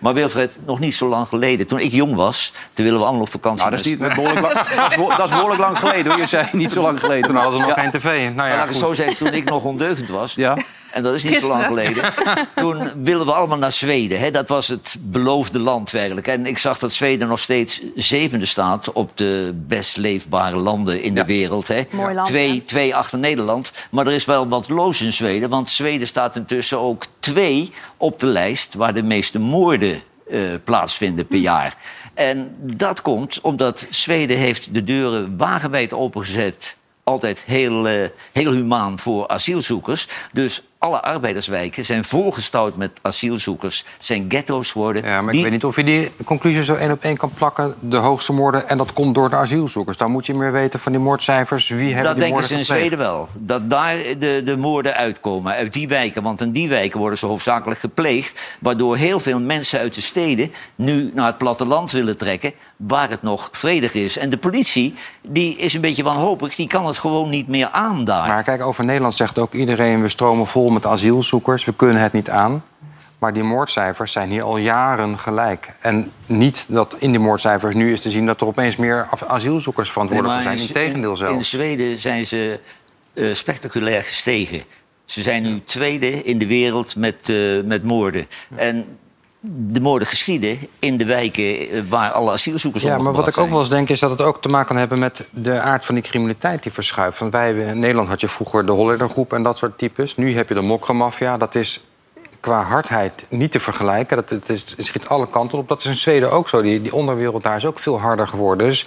S4: Maar Wilfred, nog niet zo lang geleden, toen ik jong was... toen willen we allemaal op vakantie.
S1: nou, dat is, niet, behoorlijk lang, dat,
S3: (laughs)
S1: is beho- dat is behoorlijk lang geleden, hoor. Je zei niet zo lang geleden.
S2: Toen hadden ze nog
S1: Ja.
S2: geen tv. Nou
S4: Maar
S2: ja,
S4: laat ik het
S2: goed.
S4: zo zeggen, toen ik nog ondeugend was...
S1: Ja.
S4: en dat is niet zo lang geleden...
S5: (laughs)
S4: toen willen we allemaal naar Zweden. Hè? Dat was het beloofde land werkelijk. En ik zag dat Zweden nog steeds zevende staat... op de best leefbare landen in de wereld. Hè?
S5: Mooi land,
S4: twee,
S5: ja.
S4: twee achter Nederland. Maar er is wel wat loos in Zweden. Want Zweden staat intussen ook twee op de lijst... waar de meeste moorden eh, plaatsvinden
S2: Hm.
S4: per jaar. En dat komt omdat Zweden heeft de deuren wagenwijd opengezet... altijd heel, eh, heel humaan voor asielzoekers. Dus alle arbeiderswijken zijn volgestouwd met asielzoekers. Zijn ghetto's geworden.
S2: Ja, maar ik
S4: Die-
S2: weet niet of je die conclusie zo één op één kan plakken. De hoogste moorden, en dat komt door de asielzoekers. Dus Dan moet je meer weten van die moordcijfers. Wie hebben
S4: Dat
S2: die
S4: denken
S2: moorden
S4: ze in
S2: gepleegd.
S4: Zweden wel. Dat daar de, de moorden uitkomen, uit die wijken. Want in die wijken worden ze hoofdzakelijk gepleegd. Waardoor heel veel mensen uit de steden nu naar het platteland willen trekken... waar het nog vredig is. En de politie, die is een beetje wanhopig. Die kan het gewoon niet meer aan daar.
S2: Maar kijk, over Nederland zegt ook iedereen... we stromen vol met asielzoekers, we kunnen het niet aan. Maar die moordcijfers zijn hier al jaren gelijk. En niet dat in die moordcijfers nu is te zien... dat er opeens meer af- asielzoekers verantwoordelijk
S4: Nee,
S2: voor
S4: maar
S2: zijn. Integendeel
S4: in, in
S2: zelfs.
S4: Zweden zijn ze eh, spectaculair gestegen. Ze zijn nu tweede in de wereld met, eh, met moorden. En de moorden geschieden in de wijken eh, waar alle asielzoekers
S2: Ja, maar
S4: ondergebracht
S2: wat ik ook
S4: zijn.
S2: wel eens denk is dat het ook te maken kan hebben met de aard van die criminaliteit die verschuift. Want wij hebben, in Nederland had je vroeger de Hollandergroep en dat soort types. Nu heb je de mokkermafia. Dat is qua hardheid niet te vergelijken. Dat, het, is, het schiet alle kanten op. Dat is in Zweden ook zo. Die, die onderwereld daar is ook veel harder geworden. Dus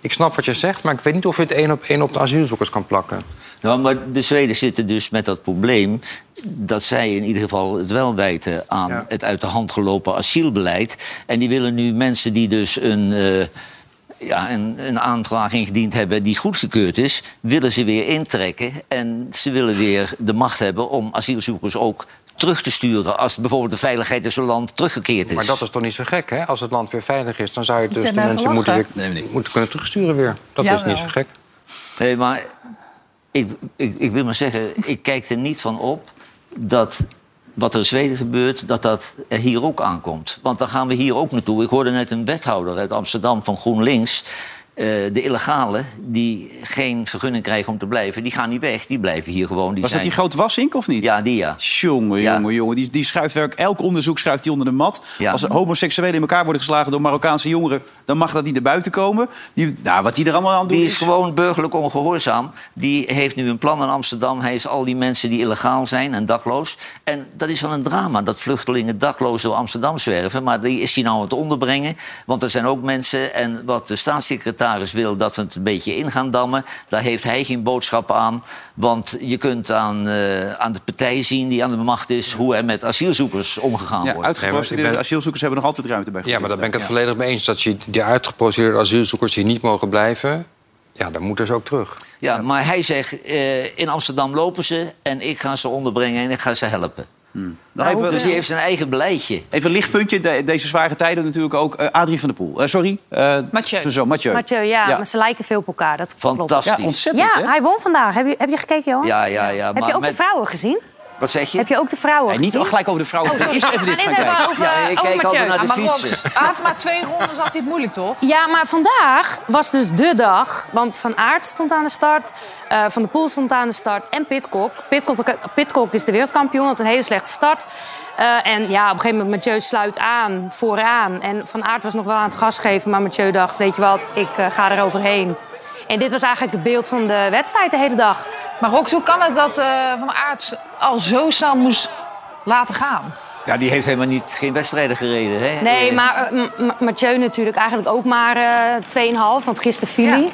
S2: ik snap wat je zegt, maar ik weet niet of je het één op één op de asielzoekers kan plakken.
S4: Nou, maar de Zweden zitten dus met dat probleem dat zij in ieder geval het wel wijten aan
S2: Ja.
S4: het uit de hand gelopen asielbeleid. En die willen nu mensen die dus een, eh, ja, een, een aanvraag ingediend hebben die goedgekeurd is, willen ze weer intrekken. En ze willen weer de macht hebben om asielzoekers ook terug te sturen als bijvoorbeeld de veiligheid in zo'n land teruggekeerd is.
S2: Maar dat is toch niet zo gek, hè? Als het land weer veilig is, dan zou je dus de
S3: ben even
S2: mensen moeten, weer,
S3: lachen.
S4: Nee, meneer.
S2: moeten kunnen terugsturen weer. Dat is
S3: Jawel.
S2: niet zo gek.
S4: Nee, maar ik, ik, ik wil maar zeggen, ik kijk er niet van op dat wat er in Zweden gebeurt, dat dat er hier ook aankomt. Want dan gaan we hier ook naartoe. Ik hoorde net een wethouder uit Amsterdam van GroenLinks. eh, de illegalen die geen vergunning krijgen om te blijven, die gaan niet weg. Die blijven hier gewoon. Die
S1: Was dat
S4: zijn...
S1: die grote wasink of niet?
S4: Ja, die ja.
S1: Jongen,
S4: Ja.
S1: jongen, jongen. Die, die schuift werk. Elk onderzoek schuift die onder de mat.
S4: Ja.
S1: Als homoseksuelen in elkaar worden geslagen door Marokkaanse jongeren... dan mag dat niet naar buiten komen. Die, nou, wat die er allemaal aan doen
S4: Die is gewoon burgerlijk ongehoorzaam. Die heeft nu een plan in Amsterdam. Hij is al die mensen die illegaal zijn en dakloos. En dat is wel een drama, dat vluchtelingen dakloos door Amsterdam zwerven. Maar die is hij nou aan het onderbrengen. Want er zijn ook mensen. En wat de staatssecretaris wil, dat we het een beetje in gaan dammen. Daar heeft hij geen boodschap aan. Want je kunt aan, eh, aan de partij zien die aan de macht is... hoe er met asielzoekers omgegaan
S1: Ja,
S4: wordt.
S1: uitgeprocedeerde
S2: Nee, maar ik ben-
S1: asielzoekers hebben nog altijd ruimte bij
S2: Ja, maar daar ben ik het
S1: GroenLinks.
S2: volledig mee eens. Dat je die uitgeprocedeerde asielzoekers die niet mogen blijven... ja, dan moeten ze ook terug.
S4: Ja, maar hij zegt, eh, in Amsterdam lopen ze... en ik ga ze onderbrengen en ik ga ze helpen.
S5: Hmm. Nou,
S1: Dan even-
S4: Dus die heeft zijn eigen beleidje.
S1: Even een lichtpuntje, de- deze zware tijden natuurlijk ook. eh, Adrie van der Poel, Eh, sorry. eh,
S3: Mathieu.
S1: zijn zoon, Mathieu.
S5: Mathieu, ja,
S1: Ja.
S5: maar ze lijken veel op elkaar. Dat klopt.
S1: Ja,
S4: Fantastisch.
S1: ontzettend,
S5: Ja,
S1: hè?
S5: hij won vandaag. Heb je, heb je gekeken, Johan?
S4: Ja, ja, ja.
S5: heb je ook de vrouwen gezien?
S4: Wat zeg je?
S5: Heb je ook de vrouwen
S1: Nee, niet
S5: gezien? (laughs)
S1: gelijk over de vrouwen.
S5: Oh, sorry.
S1: Eerst even
S5: We gaan
S1: dit gaan
S5: eerst even
S1: kijken.
S5: over, Ah,
S4: Ja, ik
S5: over
S4: kijk
S5: Mathieu.
S4: altijd naar de
S3: maar Rob,
S4: fietsen.
S3: hij heeft Ah, maar twee rondes had hij het moeilijk, toch?
S5: Ja, maar vandaag was dus de dag. Want Van Aert stond aan de start, eh, Van der Poel stond aan de start en Pitcock. Pitcock, Pitcock is de wereldkampioen, had een hele slechte start. Eh, en ja, op een gegeven moment Mathieu sluit aan, vooraan. En Van Aert was nog wel aan het gas geven, maar Mathieu dacht... weet je wat, ik eh, ga er overheen. En dit was eigenlijk het beeld van de wedstrijd de hele dag.
S3: Maar Rox, hoe kan het dat eh, Van Aerts al zo snel moest laten gaan?
S4: Ja, die heeft helemaal niet, geen wedstrijden gereden. Hè?
S5: Nee,
S4: Eh,
S5: maar eh, M- M- Mathieu natuurlijk eigenlijk ook maar eh 2,5, want gisteren viel hij.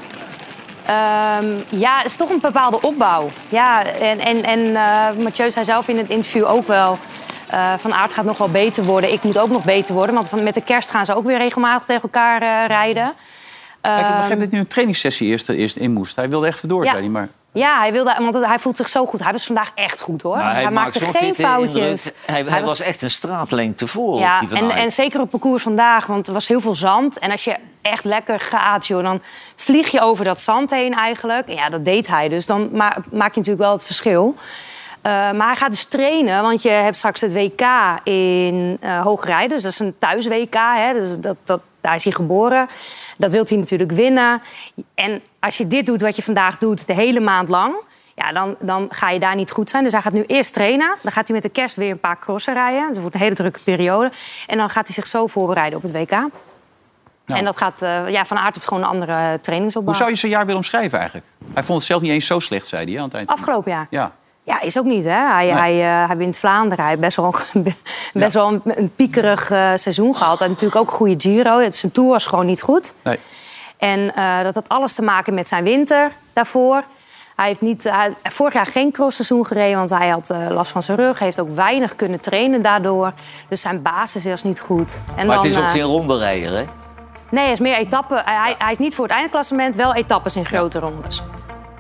S5: Ehm, ja, het is toch een bepaalde opbouw. Ja, en, en, en eh, Mathieu zei zelf in het interview ook wel... eh, van Aert gaat nog wel beter worden, ik moet ook nog beter worden... want van- met de kerst gaan ze ook weer regelmatig tegen elkaar eh, rijden.
S1: Kijk, ik
S5: Ehm,
S1: begreep dat nu een trainingssessie eerst, eh, eerst in moest. Hij wilde echt even door,
S5: Ja.
S1: zei hij. Maar
S5: ja, hij wilde, want hij voelt zich zo goed. Hij was vandaag echt goed, hoor.
S4: maar Nou, maakt
S5: maakte
S4: zo'n
S5: geen
S4: fitte indruk.
S5: foutjes.
S4: Hij, hij was echt een straatlengte voor.
S5: Ja,
S4: die Van
S5: en,
S4: Aert.
S5: en zeker op parcours vandaag, want er was heel veel zand. En als je echt lekker gaat, joh, dan vlieg je over dat zand heen eigenlijk. En ja, dat deed hij dus. Dan ma- maak je natuurlijk wel het verschil. Eh, maar hij gaat dus trainen, want je hebt straks het WK in eh Hoogrijden. Dus dat is een thuis-WK, hè. Dus dat, dat, daar is hij geboren. Dat wil hij natuurlijk winnen. En als je dit doet, wat je vandaag doet, de hele maand lang... Ja, dan, dan ga je daar niet goed zijn. Dus hij gaat nu eerst trainen. Dan gaat hij met de kerst weer een paar crossen rijden. Dus het wordt een hele drukke periode. En dan gaat hij zich zo voorbereiden op het WK.
S1: Nou.
S5: En dat gaat eh, ja, van aard op gewoon een andere trainingsopbouw.
S1: hoe zou je zijn jaar willen omschrijven eigenlijk? Hij vond het zelf niet eens zo slecht, zei hij hè, aan het eind.
S5: Afgelopen jaar.
S1: Ja.
S5: Ja, is ook niet, hè? Hij, hij, eh, hij wint Vlaanderen. Hij heeft best wel, (laughs) best wel een, een piekerig eh, seizoen gehad. En natuurlijk ook een goede Giro. Het- Zijn Tour was gewoon niet goed.
S1: Nee.
S5: En eh, dat had alles te maken met zijn winter daarvoor. Hij heeft niet, hij- vorig jaar geen crossseizoen gereden, want hij had eh, last van zijn rug. Hij heeft ook weinig kunnen trainen daardoor. Dus zijn basis is niet goed. En
S4: maar
S5: dan,
S4: het is ook
S5: eh,
S4: geen ronderijder, hè?
S5: Nee, hij is meer etappe. Hij, hij- hij is niet voor het eindklassement, wel etappes in grote rondes.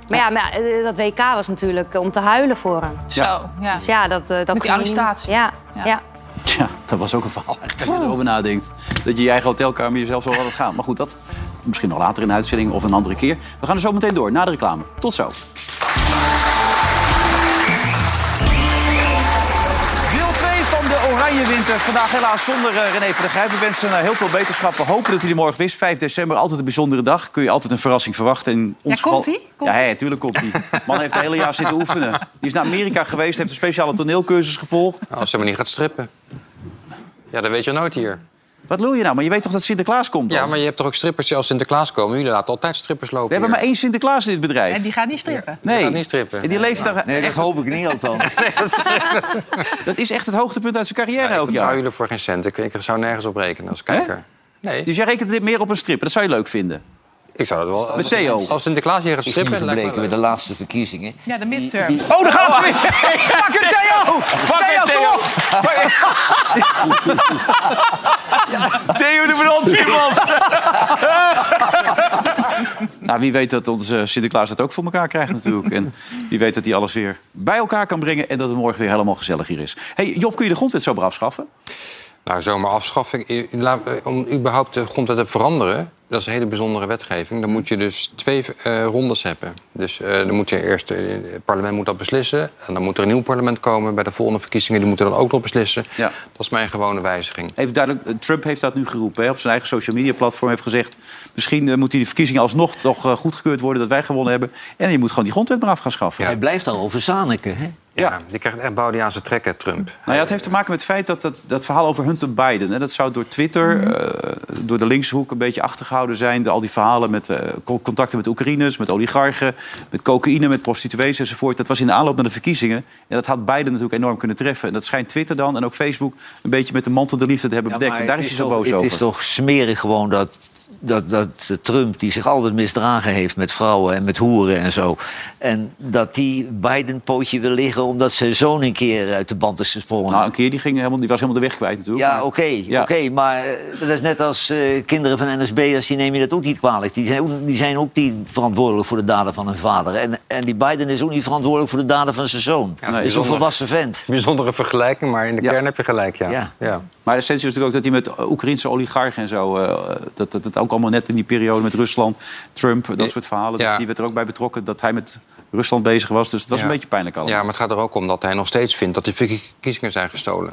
S5: Maar ja, maar, eh, dat WK was natuurlijk om te huilen voor hem.
S3: Zo, ja.
S5: Dus ja, dat, eh, dat
S3: Met die
S5: ging-
S3: arrestatie.
S5: Ja,
S3: Ja.
S5: ja. (laughs)
S1: (laughs) Tja, dat was ook een verhaal eigenlijk, als je erover nadenkt. Dat je je eigen hotelkamer jezelf zo laat gaan. Maar goed, dat misschien nog later in de uitzending of een andere keer. We gaan er zo meteen door, na de reclame. Tot zo. Deel 2 van de Oranje Winter. Vandaag helaas zonder eh, René van der Grijp. We wensen hem, eh, heel veel beterschap. We hopen dat hij er morgen is. 5 december, altijd een bijzondere dag. Kun je altijd een verrassing verwachten. In ons
S3: Ja, komt
S1: geval-
S3: hij? Komt
S1: ja, hè, tuurlijk komt hij. Man heeft het hele jaar zitten oefenen. Die is naar Amerika geweest, heeft een speciale toneelcursus gevolgd.
S2: Als ze maar niet gaat strippen. Ja, dat weet je nooit hier.
S1: Wat wil je nou? Maar je weet toch dat Sinterklaas komt dan?
S2: Ja, maar je hebt toch ook strippers die als Sinterklaas komen? Jullie laten altijd strippers lopen
S1: We hebben maar
S2: hier.
S1: één Sinterklaas in dit bedrijf.
S3: En die gaat niet strippen.
S2: Die
S1: Nee,
S2: gaan niet strippen.
S1: en die leeft daar
S4: Nee, dat
S1: echt...
S4: hoop ik niet
S2: (laughs)
S4: althans.
S1: Dat is echt het hoogtepunt uit zijn carrière elk
S2: Ik hou
S1: jaar.
S2: jullie voor geen cent. Ik, ik zou nergens op rekenen als kijker. Nee,
S1: Dus jij rekent dit meer op een strip. Dat zou je leuk vinden.
S2: ik zou dat wel...
S1: Met Theo.
S2: Als Sinterklaas hier
S4: Is
S2: gaat
S4: nu
S2: strippen, lijkt me
S4: gebleken bij
S2: leuk.
S4: de laatste verkiezingen.
S3: Ja, de midterm.
S1: Oh, daar gaat ze (laughs) weer! Pak het Theo! Pak Theo, kom op! Pak- Theo de Brand, iemand! (laughs) Nou, wie weet dat onze Sinterklaas dat ook voor elkaar krijgt natuurlijk. En wie weet dat hij alles weer bij elkaar kan brengen... en dat het morgen weer helemaal gezellig hier is. hey, Job, kun je de grondwet zomaar afschaffen?
S2: Nou, zomaar afschaffing. eh, laat- eh, Om überhaupt de grondwet te veranderen, dat is een hele bijzondere wetgeving. Dan moet je dus twee eh, rondes hebben. Dus eh, dan moet je eerst, eh, het parlement moet dat beslissen. En dan moet er een nieuw parlement komen bij de volgende verkiezingen. Die moeten dan ook nog beslissen.
S1: Ja.
S2: Dat is mijn gewone wijziging.
S1: Even duidelijk, eh, Trump heeft dat nu geroepen. Hè? Op zijn eigen social media platform heeft gezegd... misschien eh, moeten die verkiezingen alsnog toch eh, goedgekeurd worden... dat wij gewonnen hebben. En je moet gewoon die grondwet maar af gaan schaffen.
S2: Ja.
S4: Hij blijft al over Zaneken, hè?
S1: Ja.
S2: die krijgt echt Baudiaanse trekken, Trump.
S1: Nou ja, het heeft te maken met het feit dat dat, dat verhaal over Hunter Biden... Hè, dat zou door Twitter,
S4: Mhm.
S1: eh, door de linkse hoek een beetje achtergehouden zijn. De- al die verhalen met eh, co- contacten met Oekraïners, met oligarchen... met cocaïne, met prostituees enzovoort. Dat was in de aanloop naar de verkiezingen. En dat had Biden natuurlijk enorm kunnen treffen. En dat schijnt Twitter dan en ook Facebook een beetje met de mantel de liefde te hebben bedekt. En daar is hij zo boos
S4: het
S1: over.
S4: is toch smerig gewoon dat, dat, dat Trump, die zich altijd misdragen heeft met vrouwen en met hoeren en zo. En dat die Biden pootje wil liggen omdat zijn zoon een keer uit de band is gesprongen.
S1: Nou, een keer die, ging helemaal, die was helemaal de weg kwijt natuurlijk.
S4: ja,
S1: Maar-
S4: oké,
S1: Ja.
S4: oké, maar eh, dat is net als eh, kinderen van NSB'ers, die neem je dat ook niet kwalijk. Die zijn ook, die zijn ook niet verantwoordelijk voor de daden van hun vader. En, en die Biden is ook niet verantwoordelijk voor de daden van zijn zoon.
S1: nee,
S4: is een
S1: zonder-
S4: volwassen vent.
S2: Bijzondere vergelijking, maar in de
S1: Ja.
S2: kern heb je gelijk, ja.
S4: Ja.
S1: Maar de essentie was natuurlijk ook dat hij met Oekraïnse oligarchen en zo... eh, dat, dat, dat ook allemaal net in die periode met Rusland, Trump, dat soort verhalen. Dus
S2: Ja.
S1: die werd er ook bij betrokken dat hij met Rusland bezig was. Dus het was
S2: Ja.
S1: een beetje pijnlijk allemaal.
S2: Ja,
S1: Ja.
S2: maar het gaat er ook om dat hij nog steeds vindt dat die verkiezingen zijn gestolen.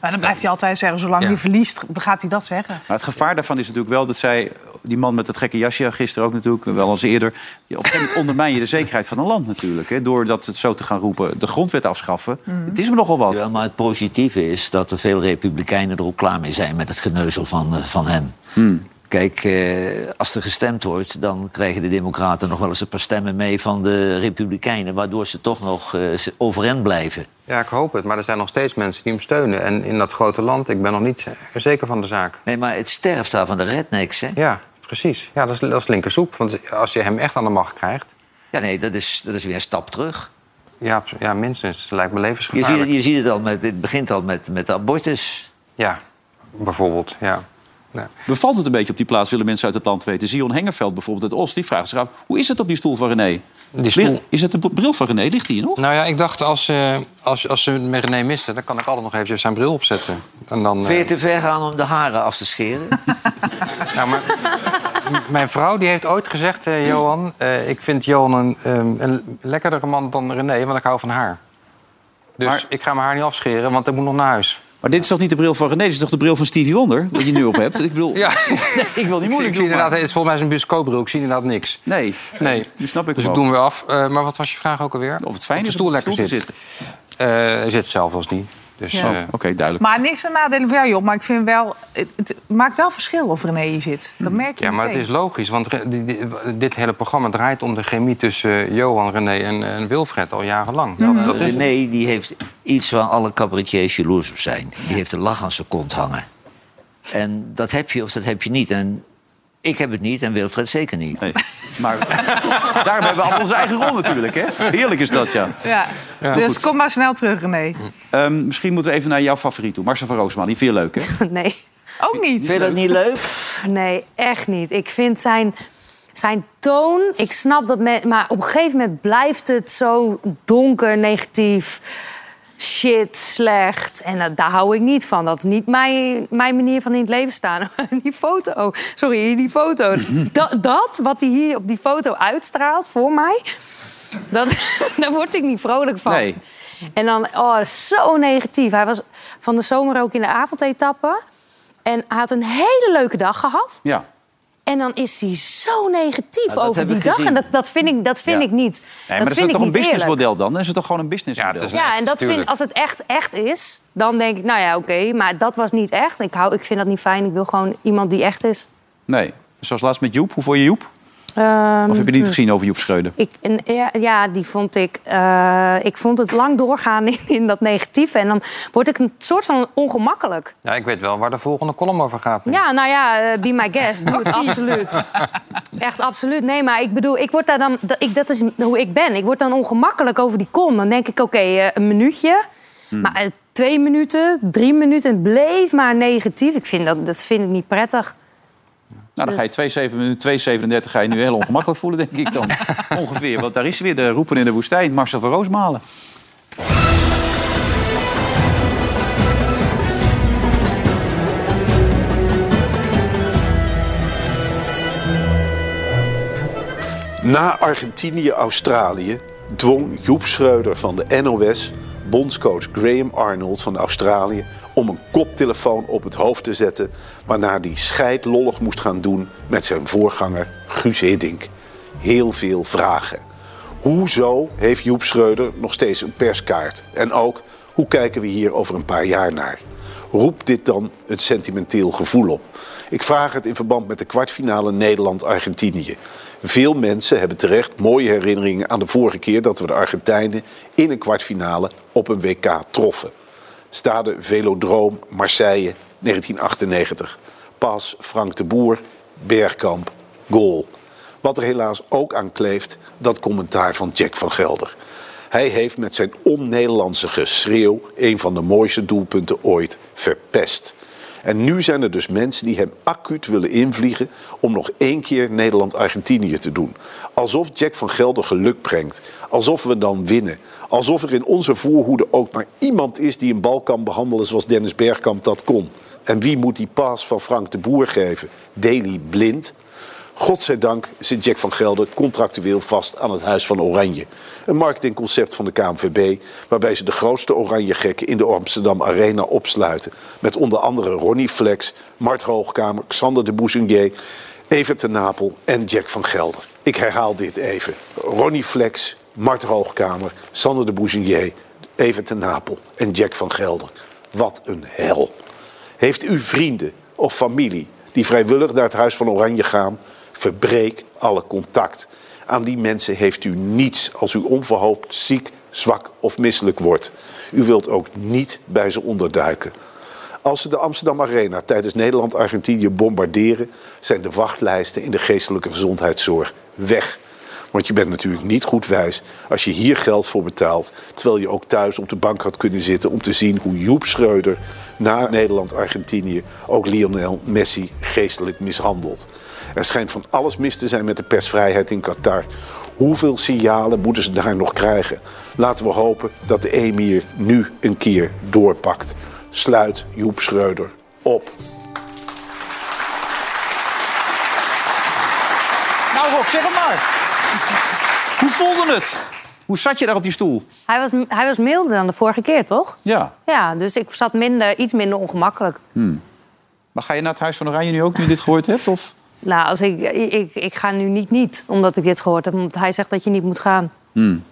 S3: Maar dan blijft hij altijd zeggen, zolang
S2: Ja.
S3: hij verliest, gaat hij dat zeggen.
S1: Maar het gevaar daarvan is natuurlijk wel dat zij... Die man met het gekke jasje gisteren ook natuurlijk, wel eens eerder... ja, Op een gegeven moment ondermijn je de zekerheid van een land natuurlijk. Hè, door dat het zo te gaan roepen, de grondwet afschaffen. Het is me nogal wat.
S4: Ja, maar het positieve is dat er veel republikeinen er ook klaar mee zijn met het geneuzel van, eh, van hem. Kijk, eh, als er gestemd wordt, dan krijgen de democraten nog wel eens een paar stemmen mee van de republikeinen, waardoor ze toch nog eh, ze- overeind blijven.
S2: Ja, ik hoop het. Maar er zijn nog steeds mensen die hem steunen. En in dat grote land, ik ben nog niet zeker van de zaak.
S4: Nee, maar het sterft daar van de rednecks, hè?
S2: Ja, precies. Ja, dat is, dat is linkersoep. Want als je hem echt aan de macht krijgt...
S4: Ja, nee, dat is, dat is weer een stap terug.
S2: Ja, abso- ja minstens. Lijkt me
S4: Je ziet,
S2: levensgevaarlijk.
S4: je ziet het al, met, het begint al met, met de abortus.
S2: Ja, bijvoorbeeld. Ja. Ja.
S1: Bevalt het een beetje op die plaats, willen mensen uit het land weten. Zion Hengeveld bijvoorbeeld uit Oost, die vraagt zich af... hoe is het op die stoel van René?
S2: Die stoel-
S1: Is het de bril van René? Ligt die hier nog?
S2: Nou ja, ik dacht, als, eh, als, als ze me René missen... dan kan ik altijd nog eventjes zijn bril opzetten. En dan, eh,
S4: Vind je te ver gaan om de haren af te scheren?
S2: Nou, maar, m- mijn vrouw die heeft ooit gezegd, eh, Johan... eh, ik vind Johan een, ehm, een lekkerdere man dan René, want ik hou van haar. Dus
S1: Maar-
S2: ik ga mijn haar niet afscheren, want ik moet nog naar huis.
S1: Maar dit is toch niet de bril van René, dit is toch de bril van Stevie Wonder? Wat je nu op hebt. Ik bedoel,
S2: Ja,
S1: ik wil
S2: ik
S1: niet
S2: zie,
S1: moeilijk
S2: ik zie
S1: doen.
S2: inderdaad,
S1: maar-
S2: het is volgens mij zo'n bioscoopbril. Ik zie inderdaad niks.
S1: Nee,
S2: Nee.
S1: nu snap ik
S2: Dus
S1: hem
S2: ik doe
S1: ook.
S2: hem weer af. Eh, maar wat was je vraag ook alweer?
S1: Of het fijn
S2: Op de
S1: is
S2: stoel
S1: om op de
S2: lekker
S1: stoel te
S2: zit.
S1: zitten. Oh,
S2: Eh, Hij zit zelf als niet. Dus,
S3: Ja.
S2: eh,
S1: Oké, duidelijk.
S3: Maar niks ten nadele van jou, joh. Maar ik vind wel, het, het maakt wel verschil of René hier zit.
S4: Hm.
S3: Dat merk je
S2: ja, maar het
S3: meteen.
S2: is logisch, want re- die- die- dit hele programma draait om de chemie tussen eh, Johan, René en, en Wilfred al jarenlang. Dat, dat is,
S4: René, die heeft iets waar alle cabaretiers jaloers op zijn. Die heeft een lach aan zijn kont hangen. En dat heb je of dat heb je niet. En ik heb het niet en Wilfred zeker niet.
S1: Nee. Maar daarom hebben we al onze eigen rol natuurlijk, hè? Heerlijk is dat, ja.
S3: Ja. Dus kom maar snel terug, René.
S4: Hm.
S1: Ehm, misschien moeten we even naar jouw favoriet toe. Marcel van Roosman, die vind je leuk, hè?
S5: Nee.
S3: Ook niet.
S4: Vind je dat niet leuk?
S5: Nee, echt niet. Ik vind zijn, zijn toon. Ik snap dat. men- maar op een gegeven moment blijft het zo donker, negatief. Shit, slecht. En dat- daar hou ik niet van. Dat is niet mijn, mijn manier van in het leven staan. (laughs) die foto. Sorry, die foto. dat, dat wat hij hier op die foto uitstraalt voor mij. Dat, (laughs) daar word ik niet vrolijk van.
S1: Nee.
S5: En dan, oh, zo negatief. Hij was van de zomer ook in de avondetappe. En hij had een hele leuke dag gehad.
S1: Ja.
S5: En dan is hij zo negatief
S1: Nou,
S4: Ja, dat
S5: over
S4: heb
S5: die
S4: ik
S5: dag.
S4: gezien.
S5: En dat, dat vind ik, dat vind
S4: Ja.
S5: ik niet.
S1: Nee, maar dat,
S5: vind
S1: is
S5: ik
S1: toch
S5: niet
S1: een
S5: eerlijk.
S1: businessmodel dan? Dat is het toch gewoon een businessmodel?
S2: Ja, het is-
S5: Ja, en dat vind,
S2: tuurlijk.
S5: als het echt echt is, dan denk ik, nou ja, oké, maar dat was niet echt. Ik, hou, ik vind dat niet fijn. Ik wil gewoon iemand die echt is.
S1: Nee. Zoals laatst met Joep. Hoe vond je Joep?
S5: Ehm,
S1: Of heb je niet gezien over Joep Schreuder?
S5: Ik, en, ja, ja, die vond ik. eh, ik vond het lang doorgaan (laughs) in, in dat negatieve. En dan word ik een soort van ongemakkelijk.
S2: Ja, ik weet wel waar de volgende column over gaat. nu.
S5: Ja, nou ja, eh, be my guest. Doe het absoluut. Echt absoluut. Nee, maar ik bedoel, ik word daar dan, dat, ik, dat is hoe ik ben. Ik word dan ongemakkelijk over die kom. Dan denk ik, oké, eh, een minuutje. Maar eh, twee minuten, drie minuten, het bleef maar negatief. Ik vind dat, dat vind ik niet prettig.
S1: Nou,
S5: Dus-
S1: dan ga je 27 minuten, 237 ga je nu heel ongemakkelijk voelen, denk ik
S5: (laughs)
S1: dan. Ongeveer, want daar is hij weer de roepen in de woestijn. Marcel van Roosmalen.
S9: Na Argentinië-Australië dwong Joep Schreuder van de NOS bondscoach Graham Arnold van Australië om een koptelefoon op het hoofd te zetten, waarna hij scheidlollig moest gaan doen met zijn voorganger Guus Hiddink. Heel veel vragen. Hoezo heeft Joep Schreuder nog steeds een perskaart? En ook, hoe kijken we hier over een paar jaar naar? roept dit dan het sentimenteel gevoel op? Ik vraag het in verband met de kwartfinale Nederland-Argentinië. Veel mensen hebben terecht mooie herinneringen aan de vorige keer dat we de Argentijnen in een kwartfinale op een WK troffen. Stade Velodroom, Marseille, 1998. Pas Frank de Boer, Bergkamp, goal. Wat er helaas ook aan kleeft, dat commentaar van Jack van Gelder. Hij heeft met zijn on-Nederlandse geschreeuw een van de mooiste doelpunten ooit verpest. En nu zijn er dus mensen die hem acuut willen invliegen om nog één keer Nederland-Argentinië te doen. Alsof Jack van Gelder geluk brengt. Alsof we dan winnen. Alsof er in onze voorhoede ook maar iemand is die een bal kan behandelen zoals Dennis Bergkamp dat kon. En wie moet die paas van Frank de Boer geven? Daley Blind? Godzijdank zit Jack van Gelder contractueel vast aan het Huis van Oranje. Een marketingconcept van de KNVB waarbij ze de grootste Oranje-gekken in de Amsterdam Arena opsluiten. Met onder andere Ronnie Flex, Mart Hoogkamer, Xander de Boussingier, Evert ten Napel en Jack van Gelder. Ik herhaal dit even. Ronnie Flex, Mart Hoogkamer, Xander de Boussingier, Evert ten Napel en Jack van Gelder. Wat een hel. Heeft u vrienden of familie die vrijwillig naar het Huis van Oranje gaan? Verbreek alle contact. Aan die mensen heeft u niets als u onverhoopt ziek, zwak of misselijk wordt. U wilt ook niet bij ze onderduiken. Als ze de Amsterdam Arena tijdens Nederland-Argentinië bombarderen, zijn de wachtlijsten in de geestelijke gezondheidszorg weg. Want je bent natuurlijk niet goed wijs als je hier geld voor betaalt. Terwijl je ook thuis op de bank had kunnen zitten om te zien hoe Joep Schreuder na Nederland-Argentinië ook Lionel Messi geestelijk mishandelt. Er schijnt van alles mis te zijn met de persvrijheid in Qatar. Hoeveel signalen moeten ze daar nog krijgen? Laten we hopen dat de emir nu een keer doorpakt. Sluit Joep Schreuder op.
S1: Nou Rob, zeg het maar. Hoe voelde het? Hoe zat je daar op die stoel?
S5: Hij was, hij was milder dan de vorige keer, toch?
S1: Ja.
S5: Ja, dus ik zat minder, iets minder ongemakkelijk.
S1: Maar ga je naar het Huis van Oranje nu ook, nu je dit gehoord hebt? Of?
S5: Nou, als ik, ik, ik ga nu niet niet, omdat ik dit gehoord heb. Want hij zegt dat je niet moet gaan.
S1: Hmm.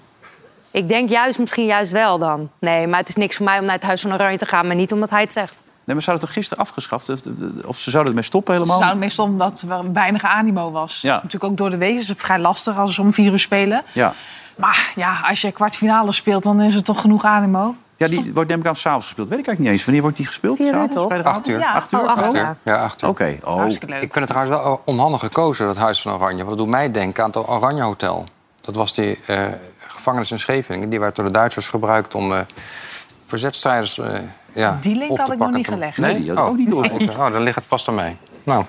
S5: Ik denk juist, misschien juist wel dan. Nee, maar het is niks voor mij om naar het Huis van Oranje te gaan. Maar niet omdat hij het zegt.
S1: Nee, maar ze hadden het toch gisteren afgeschaft? Of- Of ze zouden ermee stoppen
S3: Het
S1: helemaal?
S3: zou meestal omdat er weinig animo was.
S1: Ja.
S3: Natuurlijk ook door de wezen. is het vrij lastig als ze om vier uur spelen.
S1: Ja.
S3: Maar ja, als je kwartfinale speelt, dan is er toch genoeg animo.
S1: ja, die wordt neem ik aan s'avonds gespeeld. Weet ik eigenlijk niet eens. Wanneer wordt die gespeeld?
S5: Vier uur,
S1: S'avonds?
S5: toch?
S1: Vrijdagavond?
S2: Acht uur.
S3: Ja.
S1: Acht uur?
S5: Oh, acht
S1: Oh.
S5: uur.
S2: Ja, ja acht uur.
S1: Oké. Oh.
S3: Hartstikke leuk.
S2: Ik vind het trouwens wel onhandig gekozen, dat Huis van Oranje. Want dat doet mij denken aan het Oranje Hotel. Dat was die eh, gevangenis in Scheveningen. Die werd door de Duitsers gebruikt om eh, verzetstrijders eh ja,
S3: Die link
S2: op te
S3: had ik nog
S2: pakken
S3: niet
S2: toen-
S3: gelegd.
S1: Nee, die had ik
S2: Oh.
S1: ook niet
S2: (laughs)
S1: door.
S3: (laughs)
S2: Oké, Oh, dan ligt het vast aan mij. Nou,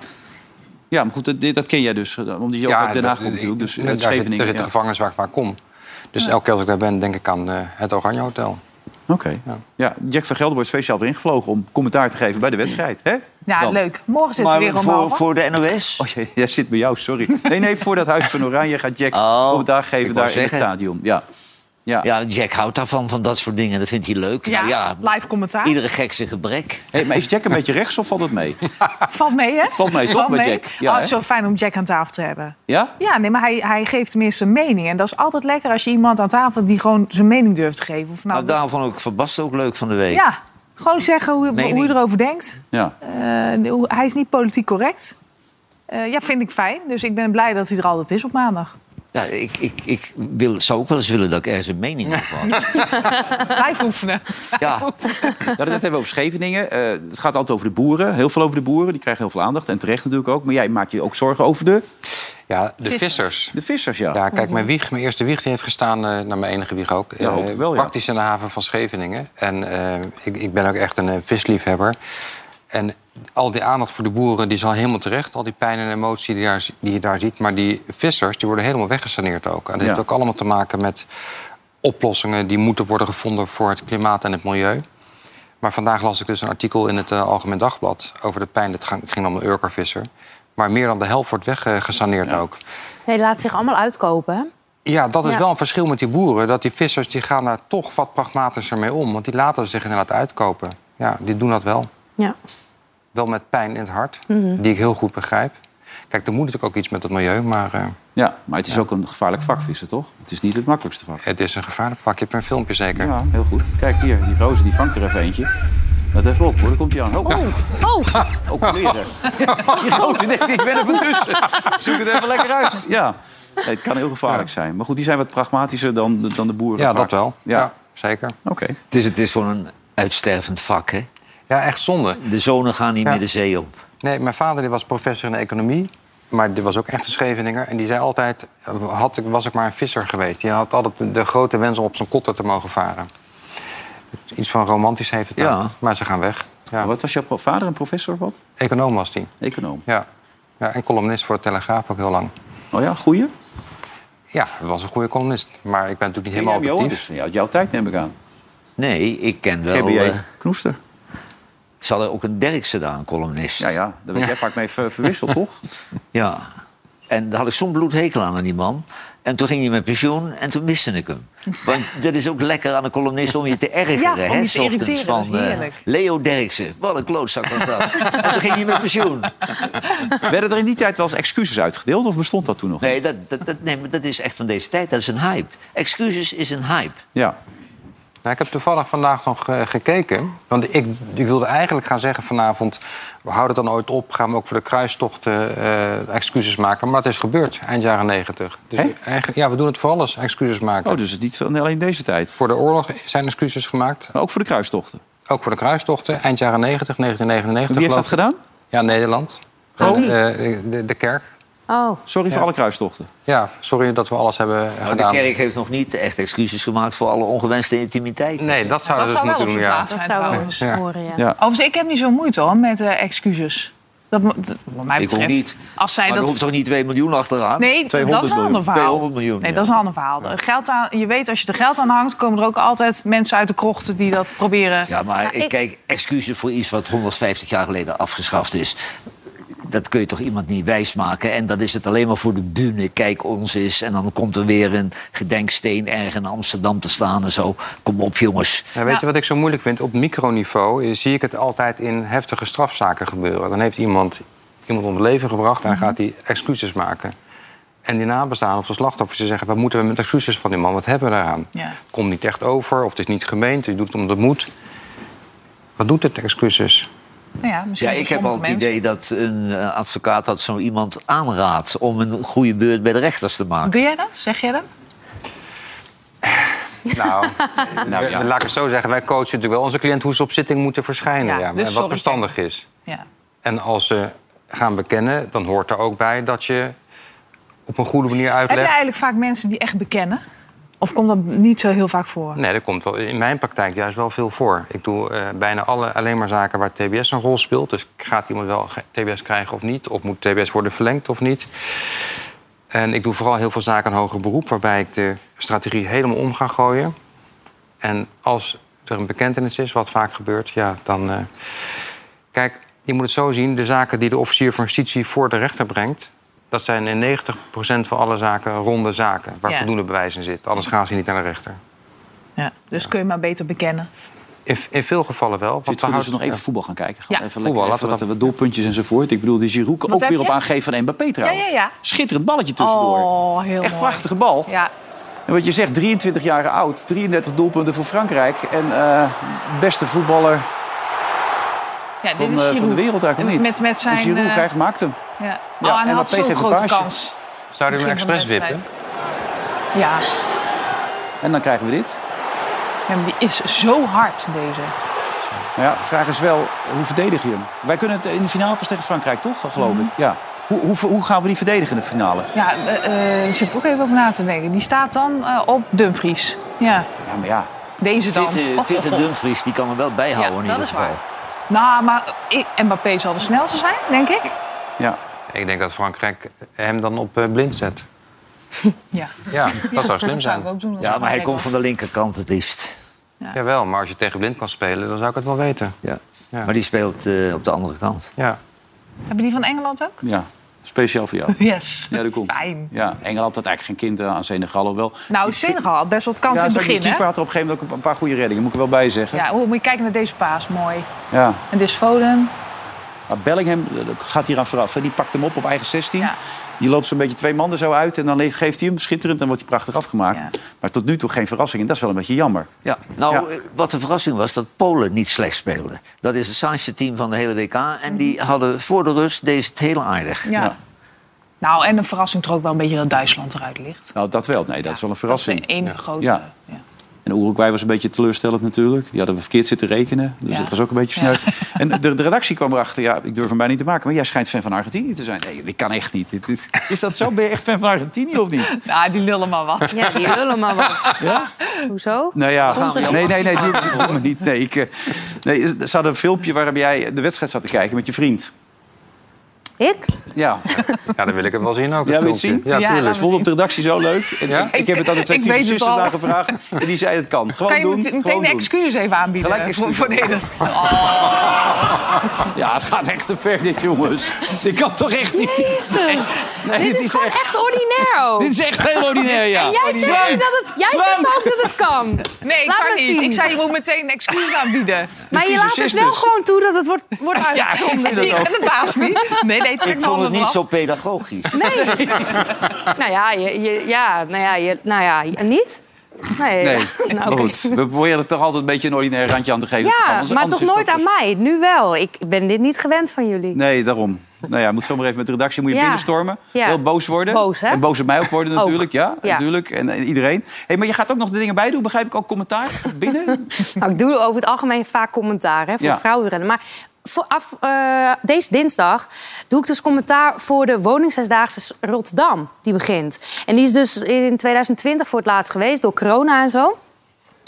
S1: Ja, maar goed, dat, dit- dat ken jij dus. eh, Omdat je ook uit Den Haag
S2: dat-
S1: komt natuurlijk. Dus
S2: daar
S1: uit
S2: zit- daar
S1: Scheveningen.
S2: zit de
S1: ja.
S2: gevangenis waar ik waar kom. Dus elke keer als ik daar ben, denk ik aan eh, het Oranje Hotel.
S1: Oké. Ja.
S2: Ja.
S1: Jack van Gelder wordt speciaal weer ingevlogen om commentaar te geven bij de wedstrijd. Hè?
S3: Ja,
S1: Dan.
S3: leuk. Morgen zitten we
S4: Maar
S3: weer om
S4: voor,
S3: half.
S4: voor de NOS?
S1: Oh, (laughs) jij, jij zit bij jou, sorry. Nee, nee, voor dat Huis van Oranje gaat Jack
S4: Oh,
S1: commentaar
S4: ik
S1: geven
S4: wou
S1: daar in het
S4: zeggen.
S1: stadion. Ja. Ja.
S4: Ja, Jack houdt daarvan, van dat soort dingen. Dat vindt hij leuk.
S3: Ja,
S4: Nou ja,
S3: live Nou, commentaar.
S4: iedere gek zijn gebrek.
S1: Hey, maar is Jack een beetje rechts of valt het mee?
S3: Ah, Valt mee, hè?
S1: Valt mee, Ah, toch, met Jack? Ja,
S3: Ja,
S1: hè?
S3: zo fijn om Jack aan tafel te hebben.
S1: Ja?
S3: Ja, nee, maar hij, hij geeft tenminste een mening. En dat is altijd lekker als je iemand aan tafel hebt die gewoon zijn mening durft te geven. Of nou,
S4: Nou, daarom vond ik Van Basten ook leuk van de week.
S3: ja, gewoon zeggen hoe,
S4: Mening.
S3: hoe je erover denkt.
S1: Ja.
S3: Eh, hoe- hij is niet politiek correct. Eh, ja, vind ik fijn. Dus ik ben blij dat hij er altijd is op maandag.
S4: Ja, ik ik, ik wil, zou ook wel eens willen dat ik ergens een mening op
S3: (laughs)
S4: had.
S2: (laughs)
S3: Blijf oefenen.
S4: Ja,
S1: Ja, dat hebben we over Scheveningen. Eh, het gaat altijd over de boeren. Heel veel over de boeren. Die krijgen heel veel aandacht. En terecht natuurlijk ook. Maar jij maakt je ook zorgen over de,
S2: Ja, de vissers.
S1: de vissers, ja.
S2: Ja,
S3: Mhm.
S2: kijk, mijn wieg, mijn eerste wieg, die heeft gestaan, eh naar mijn enige wieg ook.
S1: Ja, hoop
S2: eh,
S1: ik wel, ja.
S2: Praktisch in de haven van Scheveningen. En eh, ik, ik ben ook echt een eh, visliefhebber. En al die aandacht voor de boeren, die is al helemaal terecht. Al die pijn en emotie die, daar, die je daar ziet. Maar die vissers, die worden helemaal weggesaneerd ook. En dat
S1: Ja.
S2: heeft ook allemaal te maken met oplossingen... die moeten worden gevonden voor het klimaat en het milieu. Maar vandaag las ik dus een artikel in het eh, Algemeen Dagblad... over de pijn, het ging, het ging om de Urkervisser. Maar meer dan de helft wordt weggesaneerd ook.
S5: Nee, laat zich allemaal uitkopen. hè?
S2: Ja, dat is
S5: Ja.
S2: wel een verschil met die boeren. Dat die vissers die gaan daar toch wat pragmatischer mee om. Want die laten zich inderdaad uitkopen. Ja, die doen dat wel.
S5: Ja.
S2: Wel met pijn in het hart,
S3: Mhm.
S2: die ik heel goed begrijp. Kijk, er moet natuurlijk ook iets met het milieu, maar eh,
S1: Ja, maar het is ook een gevaarlijk vak vissen, toch? Het is niet het makkelijkste vak.
S2: het is een gevaarlijk vak. Je hebt een filmpje zeker.
S1: Ja, heel goed. Kijk hier, die roze die vangt er even eentje. Let even op hoor, daar komt hij aan. Oh,
S5: Oh,
S1: (laughs) ook leren. Die roze denkt, ik ben er van tussen. Zoek het even lekker uit. Ja, Nee, het kan heel gevaarlijk zijn. Maar goed, die zijn wat pragmatischer dan, dan de boeren
S2: Ja,
S1: vaak.
S2: dat wel.
S1: Ja,
S2: Ja, zeker.
S1: oké.
S4: het is, het is gewoon een uitstervend vak, hè.
S2: Ja, echt zonde.
S4: De zonen gaan niet
S2: Ja.
S4: meer de zee op.
S2: Nee, mijn vader die was professor in de economie. Maar die was ook echt een Scheveninger. En die zei altijd, had ik, was ik maar een visser geweest. Die had altijd de- de grote wens om op zijn kotter te mogen varen. Iets van romantisch heeft het
S4: Ja.
S2: ook, Maar ze gaan weg. Ja.
S1: Maar Wat was jouw pro- vader, een professor of wat?
S2: Econoom was die.
S1: Econoom.
S2: Ja. ja. En columnist voor de Telegraaf ook heel lang.
S1: Oh ja, goeie?
S2: Ja, dat was een goede columnist. Maar ik ben natuurlijk niet
S1: Ja,
S2: helemaal
S1: Johan,
S2: objectief.
S1: dus jou- jouw tijd neem ik aan.
S4: Nee, ik ken wel...
S1: GBJ
S4: eh,
S1: Knoester.
S4: ze hadden ook een Derksen daar, een columnist.
S1: Ja, ja, daar ben jij vaak mee ver- verwisseld, toch?
S4: Ja. En daar had ik zo'n bloedhekel aan, aan die man. En toen ging hij met pensioen en toen miste ik hem. Want dat is ook lekker aan een columnist om je te ergeren.
S3: (laughs) Ja, om
S4: hè,
S3: je te
S4: s ochtends
S3: irriteren,
S4: Van,
S3: dat is
S4: eh,
S3: heerlijk.
S4: Leo Derksen, wat een klootzak was dat. en toen ging hij met pensioen.
S1: Werden er in die tijd wel eens excuses uitgedeeld of bestond dat toen nog?
S4: Nee dat, dat, dat, nee, maar dat is echt van deze tijd. Dat is een hype. Excuses is een hype.
S1: Ja.
S2: Nou, ik heb toevallig vandaag nog eh, gekeken. Want ik, ik wilde eigenlijk gaan zeggen vanavond... we houden het dan ooit op, gaan we ook voor de kruistochten eh, excuses maken. Maar dat is gebeurd, eind jaren negentig. Dus
S1: Hè?
S2: eigenlijk- ja, we doen het voor alles, excuses maken.
S1: Oh, dus het is niet van alleen deze tijd.
S2: Voor de oorlog zijn excuses gemaakt.
S1: Maar ook voor de kruistochten.
S2: Ook voor de kruistochten, eind jaren 90, 1999.
S1: Wie heeft dat
S2: geloof ik.
S1: gedaan?
S2: Ja, Nederland.
S1: Oh.
S2: En, eh, de, de kerk.
S5: oh.
S1: Sorry voor alle kruistochten.
S2: Ja, sorry dat we alles hebben eh,
S4: Nou, de
S2: gedaan.
S4: kerk heeft nog niet echt excuses gemaakt voor alle ongewenste intimiteit.
S2: Nee, dat zouden we
S3: zou
S2: dus
S3: wel op zijn
S2: moeten doen, ja.
S3: plaats
S5: dat
S3: zijn
S5: zou wel
S3: trouwens.
S5: eens
S2: Ja.
S5: horen, ja.
S1: Ja.
S3: Overigens, ik heb niet zo'n moeite hoor met eh, excuses. Dat, mo- dat- wat mij
S4: Ik ook
S3: betreft.
S4: niet.
S3: Als zij
S4: maar er
S3: dat
S4: hoeft toch niet 2 miljoen achteraan?
S3: Nee, dat
S1: 200
S3: is een
S1: miljoen.
S3: ander verhaal.
S4: 200 miljoen,
S3: Nee,
S4: ja.
S3: dat is een ander verhaal. Geld aan, je weet, als je er geld aan hangt, komen er ook altijd mensen uit de krochten die dat proberen.
S4: Ja, maar ik,
S5: ik-
S4: kijk, excuses voor iets wat 150 jaar geleden afgeschaft is. Dat kun je toch iemand niet wijsmaken? En dan is het alleen maar voor de bühne. Kijk ons eens. En dan komt er weer een gedenksteen erg in Amsterdam te staan en zo. Kom op, jongens.
S2: Ja, Nou,
S3: Nou-
S2: weet je wat ik zo moeilijk vind? Op microniveau eh, zie ik het altijd in heftige strafzaken gebeuren. Dan heeft iemand iemand om het leven gebracht
S3: Mhm.
S2: en dan gaat hij excuses maken. En die nabestaan of de slachtoffers die zeggen... wat moeten we met excuses van die man? Wat hebben we daaraan?
S3: Ja.
S2: Het komt niet echt over of het is niet gemeend. Je doet het om de moed. Wat doet het,
S3: (laughs)
S2: excuses?
S3: Nou ja, misschien
S4: Ja,
S3: voor
S4: ik heb al
S3: sommige
S4: het
S3: mensen.
S4: idee dat een eh, advocaat dat zo iemand aanraadt... om een goede beurt bij de rechters te maken.
S3: Doe jij dat? Zeg jij dat?
S2: Nou, nou laat ik het zo zeggen. Wij coachen natuurlijk wel onze cliënt hoe ze op zitting moeten verschijnen.
S3: Ja,
S2: Ja,
S3: dus
S2: en wat
S3: sorry,
S2: verstandig is.
S3: Ja.
S2: En als ze gaan bekennen, dan hoort er ook bij dat je op een goede manier
S3: Heb je
S2: uitlegt.
S3: eigenlijk vaak mensen die echt bekennen? Of komt dat niet zo heel vaak voor?
S2: Nee, dat komt wel in mijn praktijk juist wel veel voor. Ik doe eh, bijna alle, alleen maar zaken waar TBS een rol speelt. Dus gaat iemand wel ge- TBS krijgen of niet? Of moet TBS worden verlengd of niet? En ik doe vooral heel veel zaken aan hoger beroep, waarbij ik de strategie helemaal om ga gooien. En als er een bekentenis is, wat vaak gebeurt, ja, dan. eh, Kijk, je moet het zo zien: de zaken die de officier van justitie voor de rechter brengt. Dat zijn in 90% van alle zaken ronde zaken, waar
S3: Ja.
S2: voldoende bewijs in zit. Anders gaan ze niet naar de rechter.
S3: Ja. Dus kun je maar beter bekennen.
S2: In, in veel gevallen wel.
S1: Als je het
S2: we
S1: goed is,
S2: houden-
S1: nog even voetbal gaan kijken. Gewoon
S3: Ja.
S1: even
S2: Voetbal,
S1: lekker,
S2: laten we
S1: even wat, wat doelpuntjes enzovoort. Ik bedoel, die Giroud kan ook
S3: heb
S1: weer op
S3: je?
S1: aangeven van Mbappé trouwens.
S3: ja, ja.
S1: Schitterend balletje tussendoor.
S3: Oh, heel
S1: Echt
S3: mooi.
S1: prachtige bal.
S3: Ja,
S1: En wat je zegt, 23 jaar oud, 33 doelpunten voor Frankrijk. En eh, beste voetballer
S3: ja
S1: van,
S3: dit is
S1: eh, van de
S3: Giroud.
S1: wereld eigenlijk, of niet?
S3: Met, met zijn...
S1: en Giroud
S3: eh,
S1: krijgt, maakt hem.
S3: ja.
S1: Ja,
S3: Oh, en
S1: en
S3: hij had
S1: Mbappé
S3: zo'n
S1: geeft een
S3: grote
S1: paasje.
S3: kans.
S2: Zou je hem
S3: Begin van de
S2: expres wippen?
S3: wedstrijd. Ja.
S1: En dan krijgen we dit.
S3: ja, maar die is zo hard, deze.
S1: Maar ja, de vraag is wel, hoe verdedig je hem? Wij kunnen het in de finale pas tegen Frankrijk, toch? Geloof ik,
S3: Mhm.
S1: ja. Hoe, hoe, hoe gaan we die verdedigen in de finale?
S3: Ja, eh, eh, daar zit ik ook even over na te denken. Die staat dan eh, op Dumfries. Ja,
S1: Ja, maar ja.
S3: deze dan.
S4: Fitte,
S3: Oh,
S4: fitte
S3: oh, oh.
S4: Dumfries, die kan er wel bij houden
S3: Ja,
S4: in
S3: dat
S4: ieder
S3: is
S4: geval.
S3: waar. Nou, maar eh, Mbappé zal de snelste zijn, denk ik.
S1: ja.
S2: Ik denk dat Frankrijk hem dan op eh, blind zet.
S3: Ja,
S2: Ja, dat
S3: dat
S2: zou slim
S3: zou ik
S2: zijn.
S3: ook doen.
S4: Ja, maar hij komt van de linkerkant het liefst.
S2: Jawel, maar als je tegen blind kan spelen, dan zou ik het wel weten.
S4: Ja.
S2: Ja.
S4: Maar die speelt eh, op de andere kant.
S2: Ja.
S3: Hebben die van Engeland ook?
S1: ja. Speciaal voor jou.
S3: Yes.
S1: Ja, dat komt.
S3: Fijn.
S1: Ja, Engeland had eigenlijk geen kinderen aan Senegal wel.
S3: Nou, Senegal had best wat kansen
S1: ja,
S3: in het
S1: zag je,
S3: begin,
S1: die keeper
S3: hè?
S1: had er op een gegeven moment ook een paar goede reddingen, moet ik er wel bij zeggen. Ja.
S3: Ja, hoe moet je kijken naar deze paas? Mooi. En dit is Foden.
S1: Maar Bellingham eh, gaat hier aan vooraf. hè. Die pakt hem op op eigen 16.
S3: Ja.
S1: Die loopt zo'n beetje twee man er zo uit en dan le- geeft hij hem schitterend en wordt hij prachtig afgemaakt.
S3: Ja.
S1: Maar tot nu toe geen verrassing en dat is wel een beetje jammer.
S4: Ja, nou,
S1: Ja.
S4: eh, wat de verrassing was, dat Polen niet slecht speelde. Dat is het saanste team van de hele WK. En die hadden voor de rust deze het heel aardig.
S3: Ja.
S1: Ja.
S3: Nou, en een verrassing er ook wel een beetje dat Duitsland eruit ligt.
S1: Nou, dat wel. Nee, dat is wel een verrassing.
S3: Dat is één grote...
S1: Ja.
S3: Ja.
S1: En Uruguay was een beetje teleurstellend natuurlijk. Die hadden we verkeerd zitten rekenen. Dus
S3: Ja.
S1: dat was ook een beetje sneu.
S3: (laughs)
S1: En de, de redactie kwam erachter. Ja, ik durf hem bijna niet te maken. Maar jij schijnt fan van Argentinië te zijn. Nee, dit kan echt niet. Dit- dit- is dat zo? Ben je echt fan van Argentinië of niet?
S3: Nou, die lullen maar wat.
S5: Ja, die lullen maar
S1: (laughs)
S5: wat. Hoezo?
S1: Nou ja,
S4: Komt er-
S1: nee, nee, nee, doe, doe me niet. Nee, ik, eh, nee, ze hadden een filmpje waarop jij de wedstrijd zat te kijken met je vriend.
S5: Ik?
S1: Ja,
S2: ja, dan wil ik het wel zien ook.
S1: Ja,
S2: dat
S1: wil je het
S2: filmpje.
S1: zien?
S2: Ja,
S3: Ja,
S1: dat
S2: tuurlijk.
S1: vond op de redactie zo leuk. En
S2: Ja?
S1: ik, ik heb het aan de twee
S3: Ik weet het
S1: zusters
S3: al.
S1: daar gevraagd. En die zei het kan. Gewoon
S3: Kan je
S1: doen,
S3: meteen-
S1: gewoon
S3: meteen
S1: doen.
S3: excuses even aanbieden?
S1: Gelijk excuses.
S3: Voor, voor de hele-
S1: Ja, het gaat echt te ver dit, jongens. Dit kan toch echt niet? Nee,
S5: dit is, gewoon echt ordinair ook.
S1: Dit is echt heel ordinair, ja.
S5: En jij zegt,
S1: Frank,
S5: ook dat het, jij
S1: Frank!
S5: zegt ook dat het kan.
S3: Nee, ik
S5: Laat
S3: kan
S5: maar
S3: niet.
S5: zien.
S3: Ik zei, je moet meteen excuses aanbieden.
S5: Maar je
S1: vieze
S5: laat het wel
S1: zusters.
S5: gewoon toe dat het wordt, wordt
S3: (laughs) Ja, ik
S5: uitgezonden.
S1: (laughs)
S3: vind het ook. En de baas niet. Nee, nee, trek
S4: Ik vond
S3: me
S4: het
S3: handen
S4: niet
S3: eraf.
S4: zo pedagogisch.
S5: Nee.
S1: (laughs)
S5: nou ja, je, je- ja, nou ja, je, nou ja, je- niet? Nee.
S1: Nee,
S5: Nou,
S1: maar
S5: oké.
S1: goed. We proberen er toch altijd een beetje een ordinair randje aan te geven.
S5: Ja,
S1: Anders-
S5: maar
S1: anders
S5: toch
S1: is dat dus-
S5: nooit aan mij. Nu wel. Ik ben dit niet gewend van jullie.
S1: Nee, daarom. Nou ja, moet zomaar even met de redactie moet je
S5: Ja.
S1: binnenstormen.
S5: Ja.
S1: Heel boos worden.
S5: Boos, hè?
S1: En boos op mij ook
S5: (laughs)
S1: worden
S5: Ook.
S1: natuurlijk. Ja,
S5: Ja.
S1: natuurlijk. En, eh, iedereen. Hey, maar je gaat ook nog de dingen bij doen, begrijp ik ook commentaar
S5: (laughs)
S1: binnen.
S5: Nou, ik doe over het algemeen vaak commentaar hè, voor
S1: Ja.
S5: vrouwenrennen. Maar voor af, eh, deze dinsdag doe ik dus commentaar voor de woningszesdaagse Rotterdam. Die begint. En die is dus in 2020 voor het laatst geweest door corona en zo.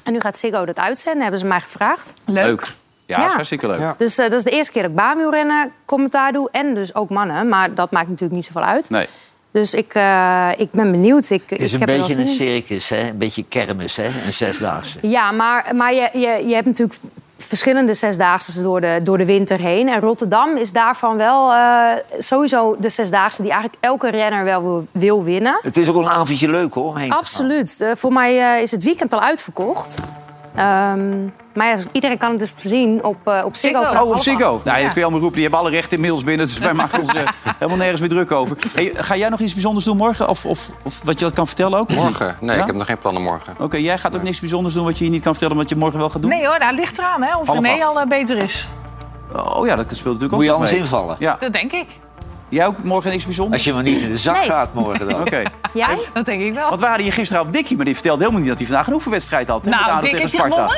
S5: En nu gaat Ziggo dat uitzenden, hebben ze mij gevraagd.
S1: Leuk. Ja,
S5: Ja.
S1: is hartstikke leuk.
S2: Ja.
S5: Dus eh, dat is de eerste keer dat ik baanwielrennen commentaar doe. En dus ook mannen, maar dat maakt natuurlijk niet zoveel uit.
S1: Nee.
S5: Dus ik, eh, ik ben benieuwd. Ik,
S4: Het is
S5: ik
S4: een
S5: heb er wel
S4: beetje een
S5: zin in.
S4: circus, hè? een beetje kermis, hè? een zesdaagse.
S5: Ja, maar, maar je, je, je hebt natuurlijk verschillende zesdaagse door de, door de winter heen. En Rotterdam is daarvan wel eh, sowieso de zesdaagse die eigenlijk elke renner wel wil, wil winnen.
S4: Het is ook een avondje leuk hoor. om heen te gaan.
S5: Absoluut. Eh, voor mij eh, is het weekend al uitverkocht. Ehm, maar ja, iedereen kan het dus zien op, eh op Ziggo.
S3: Ziggo.
S5: vanaf
S1: Oh, op
S5: half
S1: Ziggo.
S5: acht.
S1: Nou,
S5: Ja.
S1: dat kun je allemaal roepen. Die hebben alle rechten inmiddels binnen. Dus wij maken
S5: (laughs)
S1: ons eh, helemaal nergens meer druk over. Hey, ga jij nog iets bijzonders doen morgen? Of, of, of wat je dat kan vertellen ook?
S2: Morgen? Nee,
S1: Ja?
S2: ik heb nog geen plannen morgen.
S1: Oké, jij gaat ook niks bijzonders doen wat je hier niet kan vertellen... wat je morgen wel gaat doen?
S3: Nee hoor, daar ligt eraan hè, of
S1: Half
S3: René
S1: acht.
S3: al eh, beter is.
S1: Oh ja, dat speelt natuurlijk ook
S4: Moet je
S1: nog
S4: anders
S1: mee.
S4: invallen.
S1: Ja,
S3: Dat denk ik.
S1: jij ook morgen niks
S4: Als
S1: bijzonders?
S4: je maar niet in de zak
S5: Nee.
S4: gaat morgen dan.
S5: (laughs)
S1: Oké.
S4: (laughs) Oh,
S5: Jij?
S3: Dat denk ik wel.
S1: Want we hadden hier gisteren op Dikkie, maar die vertelde helemaal niet dat hij vandaag een oefenwedstrijd had. hè,
S3: Nou,
S1: met ADO
S3: Dick
S1: tegen
S3: heeft hij
S1: Sparta.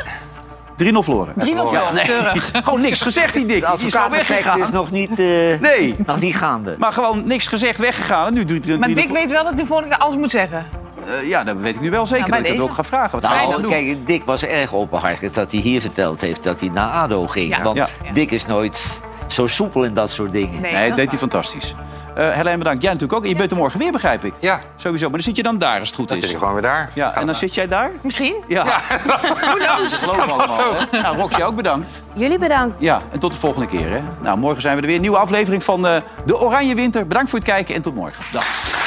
S1: 3-0
S3: (laughs)
S1: verloren.
S3: 3-0
S1: Ja,
S3: verloren.
S1: nee. Gewoon niks gezegd, die
S4: De
S1: Dikkie. Die is gewoon
S4: advocaateffect is
S1: weggegaan.
S4: nog niet, eh,
S1: Nee,
S4: nog niet gaande.
S1: maar gewoon niks gezegd, weggegaan. En nu 3 3
S3: Maar Dick weet wel dat hij volgende keer alles moet zeggen.
S1: Eh, ja, dat weet ik nu wel zeker.
S3: Nou,
S1: dat
S3: bij
S1: ik dat
S3: deze.
S1: ook ga vragen. Wat ga je
S4: Nou,
S1: nou doen?
S4: kijk, Dick was erg openhartig dat hij hier verteld heeft dat hij naar ADO ging.
S3: Ja.
S4: Want
S1: Ja.
S4: Dick is nooit zo soepel in dat soort dingen.
S1: Nee, dat
S3: dat
S1: deed hij
S3: is
S1: fantastisch. Eh Helene, bedankt. Jij natuurlijk ook. Je bent er morgen weer, begrijp ik.
S2: Ja,
S1: Sowieso. Maar dan zit je dan daar, als het goed
S2: dan zit
S1: is.
S2: ik gewoon weer daar.
S1: Ja, en dan zit jij daar?
S3: waar. Misschien.
S1: Ja. (laughs) dat geloof ik allemaal. hè. Nou, Roxy, ook bedankt.
S5: Jullie bedankt.
S1: Ja, en tot de volgende keer. Hè. Nou, morgen zijn we er weer. Nieuwe aflevering van eh, De Oranje Winter. Bedankt voor het kijken en tot morgen. Dag.